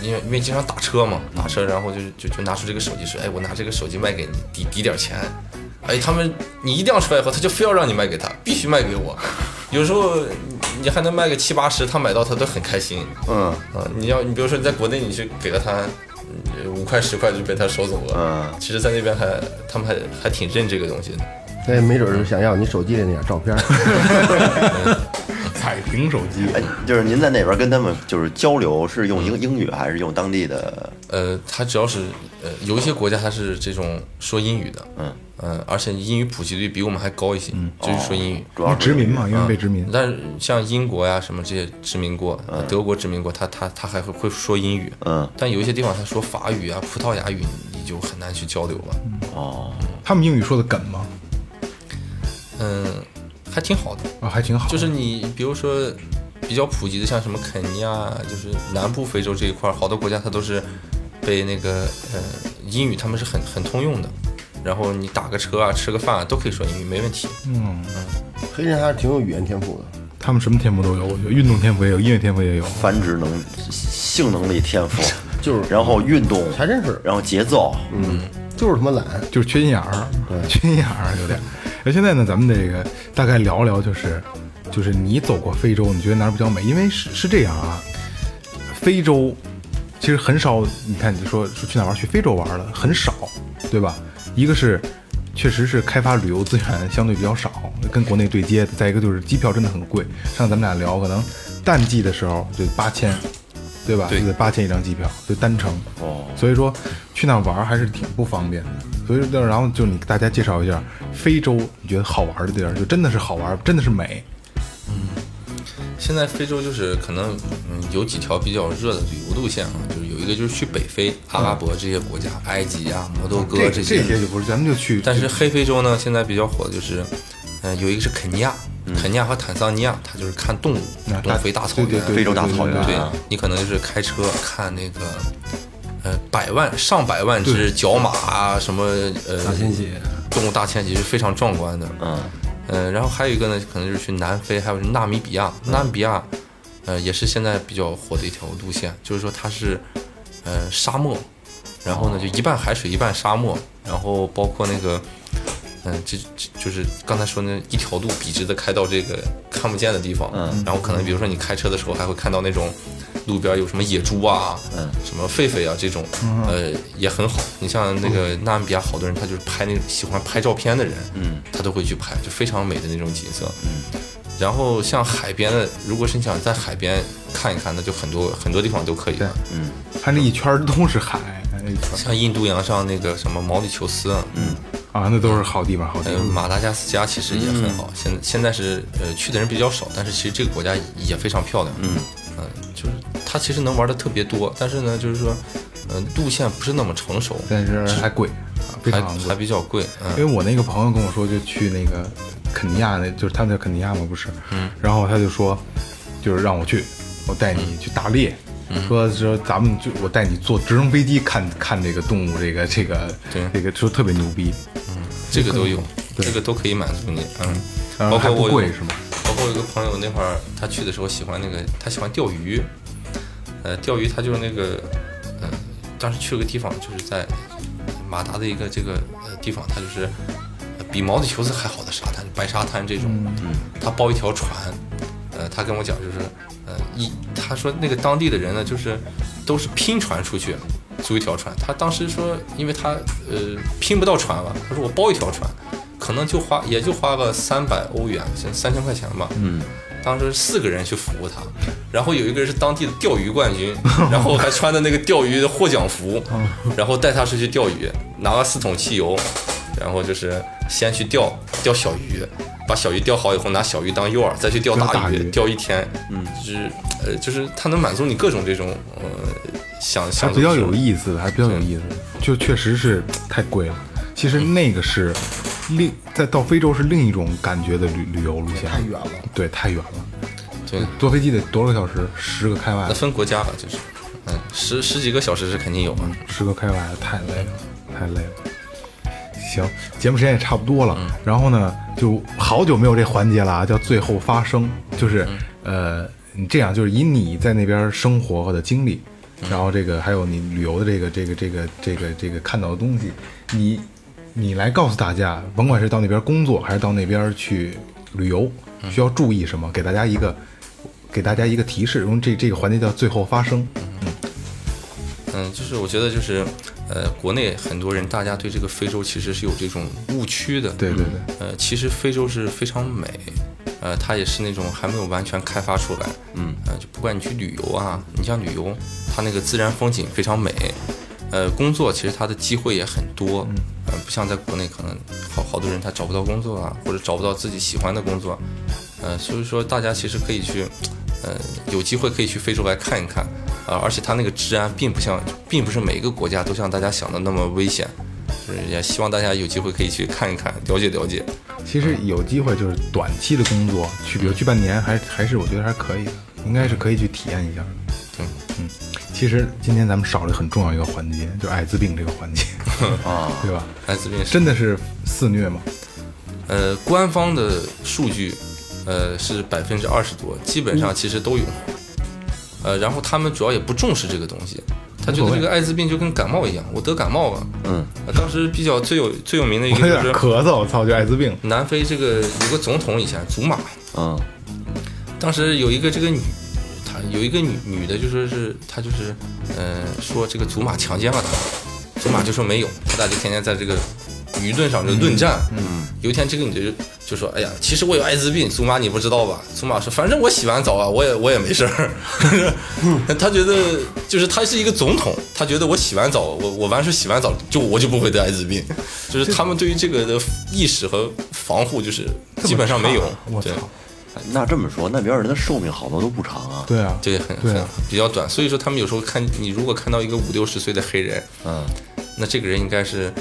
Speaker 7: 因为因为经常打车嘛，
Speaker 5: 嗯
Speaker 7: 打车，然后就就就拿出这个手机说，哎，我拿这个手机卖给你，抵抵点钱。哎，他们你一定要出来以后，他就非要让你卖给他，必须卖给我。 有时候你你还能卖个七八十，他买到他都很开心。
Speaker 5: 嗯
Speaker 7: 啊，你要你比如说你在国内你去给了他嗯五块十块就被他收走了，
Speaker 5: 嗯
Speaker 7: 其实，在那边还他们还还挺认这个东西的。
Speaker 4: 哎，没准儿是想要你手机里那点照片儿。
Speaker 3: 彩屏手机，
Speaker 5: 哎，就是您在那边跟他们就是交流，是用英英语还是用当地的？
Speaker 7: 呃，他只要是呃，有一些国家他是这种说英语的，
Speaker 5: 嗯哦
Speaker 7: 呃，而且英语普及率比我们还高一些，就是说英语。
Speaker 5: 主要是
Speaker 3: 啊殖民嘛，因为被殖民。
Speaker 7: 但是像英国呀、什么这些殖民国，德国殖民国，他他他还会会说英语，
Speaker 5: 嗯
Speaker 7: 但有一些地方他说法语啊、葡萄牙语，你就很难去交流了。
Speaker 5: 哦，
Speaker 3: 他们英语说的梗吗？
Speaker 7: 嗯，还挺好的，
Speaker 3: 啊，还挺好。
Speaker 7: 就是你比如说比较普及的，像什么肯尼亚，就是南部非洲这一块儿，好多国家它都是被那个呃英语他们是很很通用的，然后你打个车啊、吃个饭啊都可以说英语，没问题。
Speaker 3: 嗯
Speaker 4: 黑人还是挺有语言天赋的。
Speaker 3: 他们什么天赋都有，我觉得运动天赋也有，音乐天赋也有。
Speaker 5: 繁殖能、性能力、天赋，
Speaker 4: 就是
Speaker 5: 然后运动，
Speaker 4: 还真是
Speaker 5: 然后节奏，
Speaker 4: 就是他妈懒，
Speaker 3: 就是缺心眼儿，缺心眼儿有点。那现在呢，咱们这个大概聊聊，就是就是你走过非洲，你觉得哪儿比较美？因为是是这样啊，非洲其实很少，你看你说说去哪儿玩儿，去非洲玩儿的很少，对吧？一个是确实是开发旅游资源相对比较少，跟国内对接。再一个就是机票真的很贵，上次咱们俩聊，可能淡季的时候就八千，对吧？
Speaker 7: 对
Speaker 3: 就得八千一张机票，就单程。
Speaker 5: 哦
Speaker 3: 所以说去那儿玩儿还是挺不方便的。所以说，然后就你给大家介绍一下非洲，你觉得好玩的地儿，就真的是好玩，真的是美。
Speaker 7: 现在非洲就是可能嗯有几条比较热的旅游路线啊，就是有一个就是去北非、阿拉伯这些国家，埃及啊、摩洛哥
Speaker 3: 哦这
Speaker 7: 这
Speaker 3: 这
Speaker 7: 些。
Speaker 3: 些就不是，咱们就去。
Speaker 7: 但是黑非洲呢，现在比较火的就是，嗯、有一个是肯尼亚，肯尼亚和坦桑尼亚，它就是看动物，
Speaker 3: 啊
Speaker 7: 东
Speaker 3: 大
Speaker 7: 非大草原，
Speaker 3: 对对对
Speaker 5: 非洲大草原
Speaker 7: 对
Speaker 5: 啊
Speaker 7: 你可能就是开车看那个，呃，百万上百万只角马啊，什么呃，
Speaker 6: 大迁徙，
Speaker 7: 动物大迁徙是非常壮观的。
Speaker 5: 嗯，
Speaker 7: 呃，然后还有一个呢，可能就是去南非，还有是纳米比亚，纳米比亚，呃，也是现在比较火的一条路线，就是说它是，呃，沙漠，然后呢就一半海水一半沙漠，然后包括那个，嗯、这这就是刚才说那一条路笔直的开到这个看不见的地方，
Speaker 5: 嗯，
Speaker 7: 然后可能比如说你开车的时候还会看到那种路边有什么野猪啊，
Speaker 5: 嗯，
Speaker 7: 什么狒狒啊这种，呃，也很好。你像那个纳米比亚，好多人他就是拍那种喜欢拍照片的人，
Speaker 5: 嗯，
Speaker 7: 他都会去拍，就非常美的那种景色。然后像海边的，如果是你想在海边看一看，那就很多很多地方都可以了。
Speaker 3: 它那一圈儿都是海，哎那一圈儿
Speaker 7: 像印度洋上那个什么毛里求斯啊，嗯，
Speaker 3: 啊，那都是好地方，好地
Speaker 7: 还有
Speaker 3: 方。
Speaker 7: 马达加斯加其实也
Speaker 3: 嗯
Speaker 7: 很好。现现在是呃去的人比较少，但是其实这个国家也非常漂亮。嗯就是它其实能玩的特别多，但是呢，就是说，呃，路线不是那么成熟，
Speaker 3: 但是还贵，啊非
Speaker 7: 还
Speaker 3: 常贵
Speaker 7: 还。比较贵。嗯，
Speaker 3: 因为我那个朋友跟我说，就去那个肯尼亚，那就是他们叫肯尼亚嘛，不是？然后他就说，就是让我去，我带你去打猎，说说咱们就我带你坐直升飞机看看这个动物，这个这个
Speaker 7: 对
Speaker 3: 这个说特别牛逼，
Speaker 7: 这个都有，
Speaker 3: 对
Speaker 7: 这个都可以满足你。嗯，
Speaker 3: 然后
Speaker 7: 包
Speaker 3: 还
Speaker 7: 括
Speaker 3: 不
Speaker 7: 我
Speaker 3: 贵
Speaker 7: 有
Speaker 3: 是吗？
Speaker 7: 包括我有个朋友那会儿他去的时候喜欢那个，他喜欢钓鱼，呃，钓鱼他就是那个，呃，当时去了个地方，就是在马达的一个这个呃地方，他就是呃比毛里求斯还好的沙滩，白沙滩这种，嗯，他包一条船，呃，他跟我讲就是，呃，一他说那个当地的人呢，就是都是拼船出去。租一条船，他当时说，因为他呃拼不到船了，他说我包一条船，可能就花也就花个三百欧元，三三千块钱吧。嗯，当时四个人去服务他，然后有一个人是当地的钓鱼冠军， 然后还穿的那个钓鱼的获 奖服，然后带他出去钓鱼，拿了四桶汽油，然后就是先去钓钓小鱼，把小鱼钓好以后拿小鱼当诱饵，再去钓
Speaker 3: 钓
Speaker 7: 大
Speaker 3: 大
Speaker 7: 鱼，
Speaker 3: 鱼
Speaker 7: 钓一天，嗯，就是呃就是它能满足你各种这种呃想
Speaker 3: 还
Speaker 7: 想
Speaker 3: 比较有意思的，还比较有意思的，就确实是太贵了。其实那个是另在到非洲是另一种感觉的旅旅游路线，太远了，对，太远了，
Speaker 7: 对。
Speaker 3: 坐飞机得多少个小时？十个开外
Speaker 7: 那，分国家了，就是，嗯，十十几个小时是肯定有啊。
Speaker 3: 十个开外太累了，太累了。行，节目时间也差不多了，然后呢，就好久没有这环节了啊，叫最后发声，就是、呃，你这样就是以你在那边生活和的经历，然后这个还有你旅游的这个这个这个这个这个看到的东西，你你来告诉大家，甭管是到那边工作还是到那边去旅游，需要注意什么，给大家一个给大家一个提示，因为这这个环节叫最后发声，
Speaker 7: 嗯，就是我觉得就是，呃，国内很多人大家对这个非洲其实是有这种误区的。
Speaker 3: 对对对。
Speaker 7: 呃，其实非洲是非常美，呃，它也是那种还没有完全开发出来，嗯，呃，就不管你去旅游啊，你像旅游，它那个自然风景非常美，呃，工作其实它的机会也很多，嗯、呃，不像在国内可能好好多人他找不到工作啊，或者找不到自己喜欢的工作，呃，所以说大家其实可以去，呃，有机会可以去非洲来看一看，啊、而且它那个治安并不像，并不是每一个国家都像大家想的那么危险。就是也希望大家有机会可以去看一看，了解了解。
Speaker 3: 其实有机会就是短期的工作，去比如去半年，还还是我觉得还是可以的，应该是可以去体验一下的。
Speaker 7: 对，
Speaker 3: 嗯，其实今天咱们少了很重要一个环节，就是艾滋病这个环 节，
Speaker 5: 啊，
Speaker 3: 对吧？
Speaker 7: 艾滋病是
Speaker 3: 真的是肆虐吗？
Speaker 7: 呃，官方的数据，呃是百分之二十多，基本
Speaker 3: 嗯
Speaker 7: 上其实都有。呃，然后他们主要也不重视这个东西，他觉得这个艾滋病就跟感冒一样，我得感冒了。
Speaker 5: 嗯
Speaker 7: 呃，当时比较最有最有名的一
Speaker 3: 我有
Speaker 7: 个
Speaker 3: 点
Speaker 7: 就是
Speaker 3: 咳嗽，我操，就艾滋病。
Speaker 7: 南非这个有个总统以前祖马，
Speaker 5: 嗯，
Speaker 7: 当时有一个这个女，她有一个女女的，就说是她就是，呃，说这个祖玛强奸了她，祖玛就说没有，他俩就天天在这个舆论上就论战。嗯，有一天这个女的就就说：“哎呀，其实我有艾滋病，祖玛你不知道吧？”祖玛说：“反正我洗完澡啊，我也我也没事儿。” 他觉得就是他是一个总统，他觉得我洗完澡，我我完事洗完澡就我就不会得艾滋病，就是他们对于这个的意识和防护就是基本上没有。
Speaker 3: 我操
Speaker 7: 对！
Speaker 5: 那这么说，那边人的寿命好多都不长啊。
Speaker 3: 对啊，
Speaker 7: 对，很
Speaker 3: 对
Speaker 7: 很
Speaker 3: 啊
Speaker 7: 比较短。所以说，他们有时候看你，如果看到一个五六十岁的黑人，
Speaker 5: 嗯，
Speaker 7: 那这个人应该是，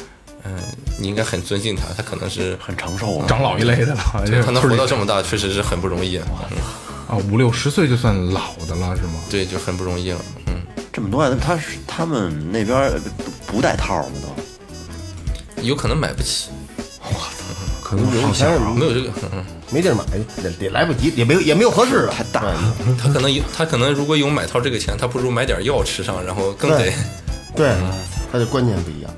Speaker 7: 嗯、你应该很尊敬他，他可能是
Speaker 5: 很长寿啊。
Speaker 3: 长老一类的了， 这
Speaker 7: 他能
Speaker 3: 村
Speaker 7: 活
Speaker 3: 里
Speaker 7: 到这么大，确实是很不容易，嗯
Speaker 3: 啊五六十岁就算老的了是吗？
Speaker 7: 对，就很不容易了。嗯，
Speaker 5: 这么多艾滋，他是他们那边呃不不戴套吗？都
Speaker 7: 有可能买不起，
Speaker 6: 可能好
Speaker 4: 钱
Speaker 6: 像
Speaker 2: 啊
Speaker 7: 没有这个，嗯、
Speaker 4: 没地儿买，也也来不及，也没有也没有合适的。嗯
Speaker 5: 太大了。
Speaker 7: 嗯他可能有他可能如果有买套这个钱，他不如买点药吃上，然后更得
Speaker 4: 对对，他的观念不一样。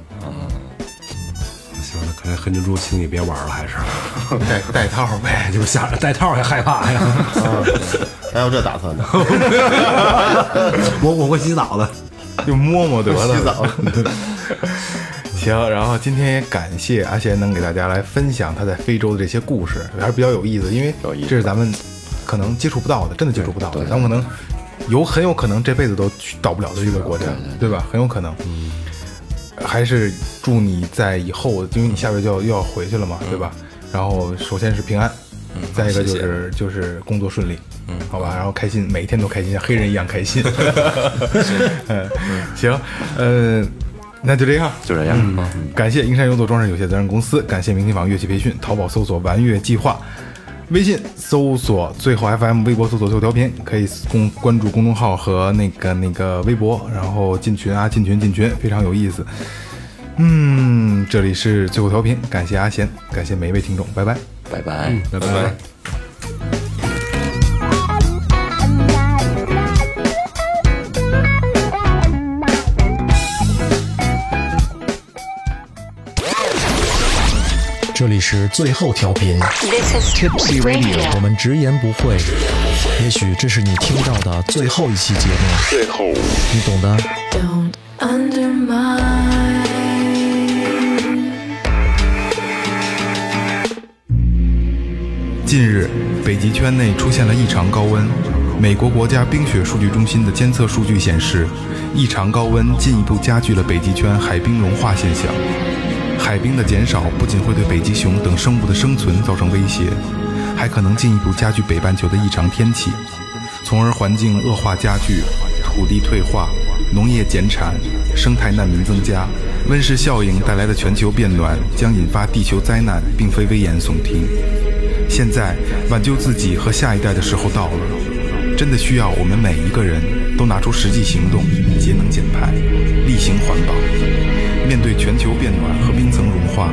Speaker 6: 行了，看来黑珍珠，请你别玩了，还是
Speaker 3: 带带套呗，
Speaker 6: 哎，就是吓人，戴套还害怕呀。
Speaker 4: 还有这打 算呢？
Speaker 6: 我我会洗澡的，
Speaker 3: 就摸摸得了。
Speaker 4: 洗澡
Speaker 3: 行，然后今天也感谢阿贤能给大家来分享他在非洲的这些故事，还是比较有意思，因为
Speaker 5: 有意思
Speaker 3: 这是咱们可能接触不到的，真的接触不到的，咱们可能有很有可能这辈子都去到不了的一个国家，对吧？很有可能。还是祝你在以后，因为你下月就要又要回去了嘛，对吧？然后首先是平安，再一个就是就是工作顺利，嗯，好吧，然后开心，每一天都开心，像黑人一样开心。 嗯，行，呃，那就这样，
Speaker 5: 就这样。
Speaker 2: 嗯
Speaker 3: 嗯感谢英山优作装饰有限责任公司，感谢明琴坊乐器培训，淘宝搜索“玩乐计划”，微信搜索“最后 FM”，微博搜索“最后调频”，可以公关注公众号和那个那个微博，然后进群啊，进群进群，非常有意思。嗯，这里是最后调频，感谢阿贤，感谢每一位听众，拜拜。
Speaker 5: 拜拜。
Speaker 11: 嗯
Speaker 7: 拜拜。
Speaker 11: 这里是最后调频
Speaker 8: This is
Speaker 11: Tipsy Radio，我
Speaker 8: Radio.
Speaker 11: 们直言不讳。也许这是你听到的最后一期节目，最后，你懂的。
Speaker 12: Don't undermine.
Speaker 3: 近日，北极圈内出现了异常高温。美国国家冰雪数据中心的监测数据显示，异常高温进一步加剧了北极圈海冰融化现象。海冰的减少不仅会对北极熊等生物的生存造成威胁，还可能进一步加剧北半球的异常天气，从而环境恶化加剧，土地退化、农业减产、生态难民增加。温室效应带来的全球变暖将引发地球灾难，并非危言耸听。现在挽救自己和下一代的时候到了，真的需要我们每一个人都拿出实际行动，节能减排，厉行环保。面对全球变暖和冰层融化，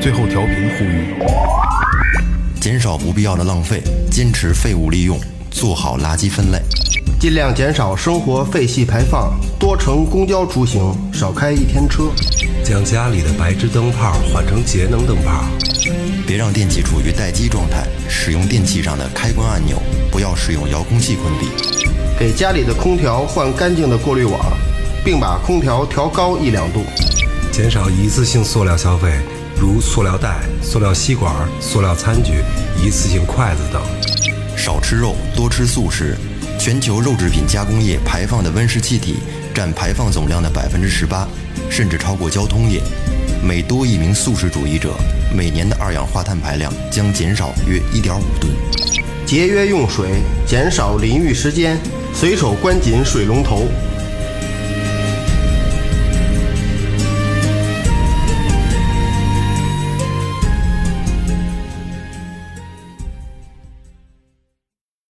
Speaker 3: 最后调频呼吁。
Speaker 2: 减少不必要的浪费，坚持废物利用，做好垃圾分类。
Speaker 4: 尽量减少生活废气排放，多乘公交出行，少开一天车。
Speaker 6: 将家里的白炽灯泡换成节能灯泡。
Speaker 2: 别让电器处于待机状态，使用电器上的开关按钮，不要使用遥控器关闭。
Speaker 4: 给家里的空调换干净的过滤网，并把空调调高一两度。
Speaker 6: 减少一次性塑料消费，如塑料袋、塑料吸管、塑料餐具、一次性筷子等。
Speaker 2: 少吃肉，多吃素食。全球肉制品加工业排放的温室气体占排放总量的百分之十八，甚至超过交通业。每多一名素食主义者，每年的二氧化碳排量将减少约一点五吨。
Speaker 4: 节约用水，减少淋浴时间，随手关紧水龙头，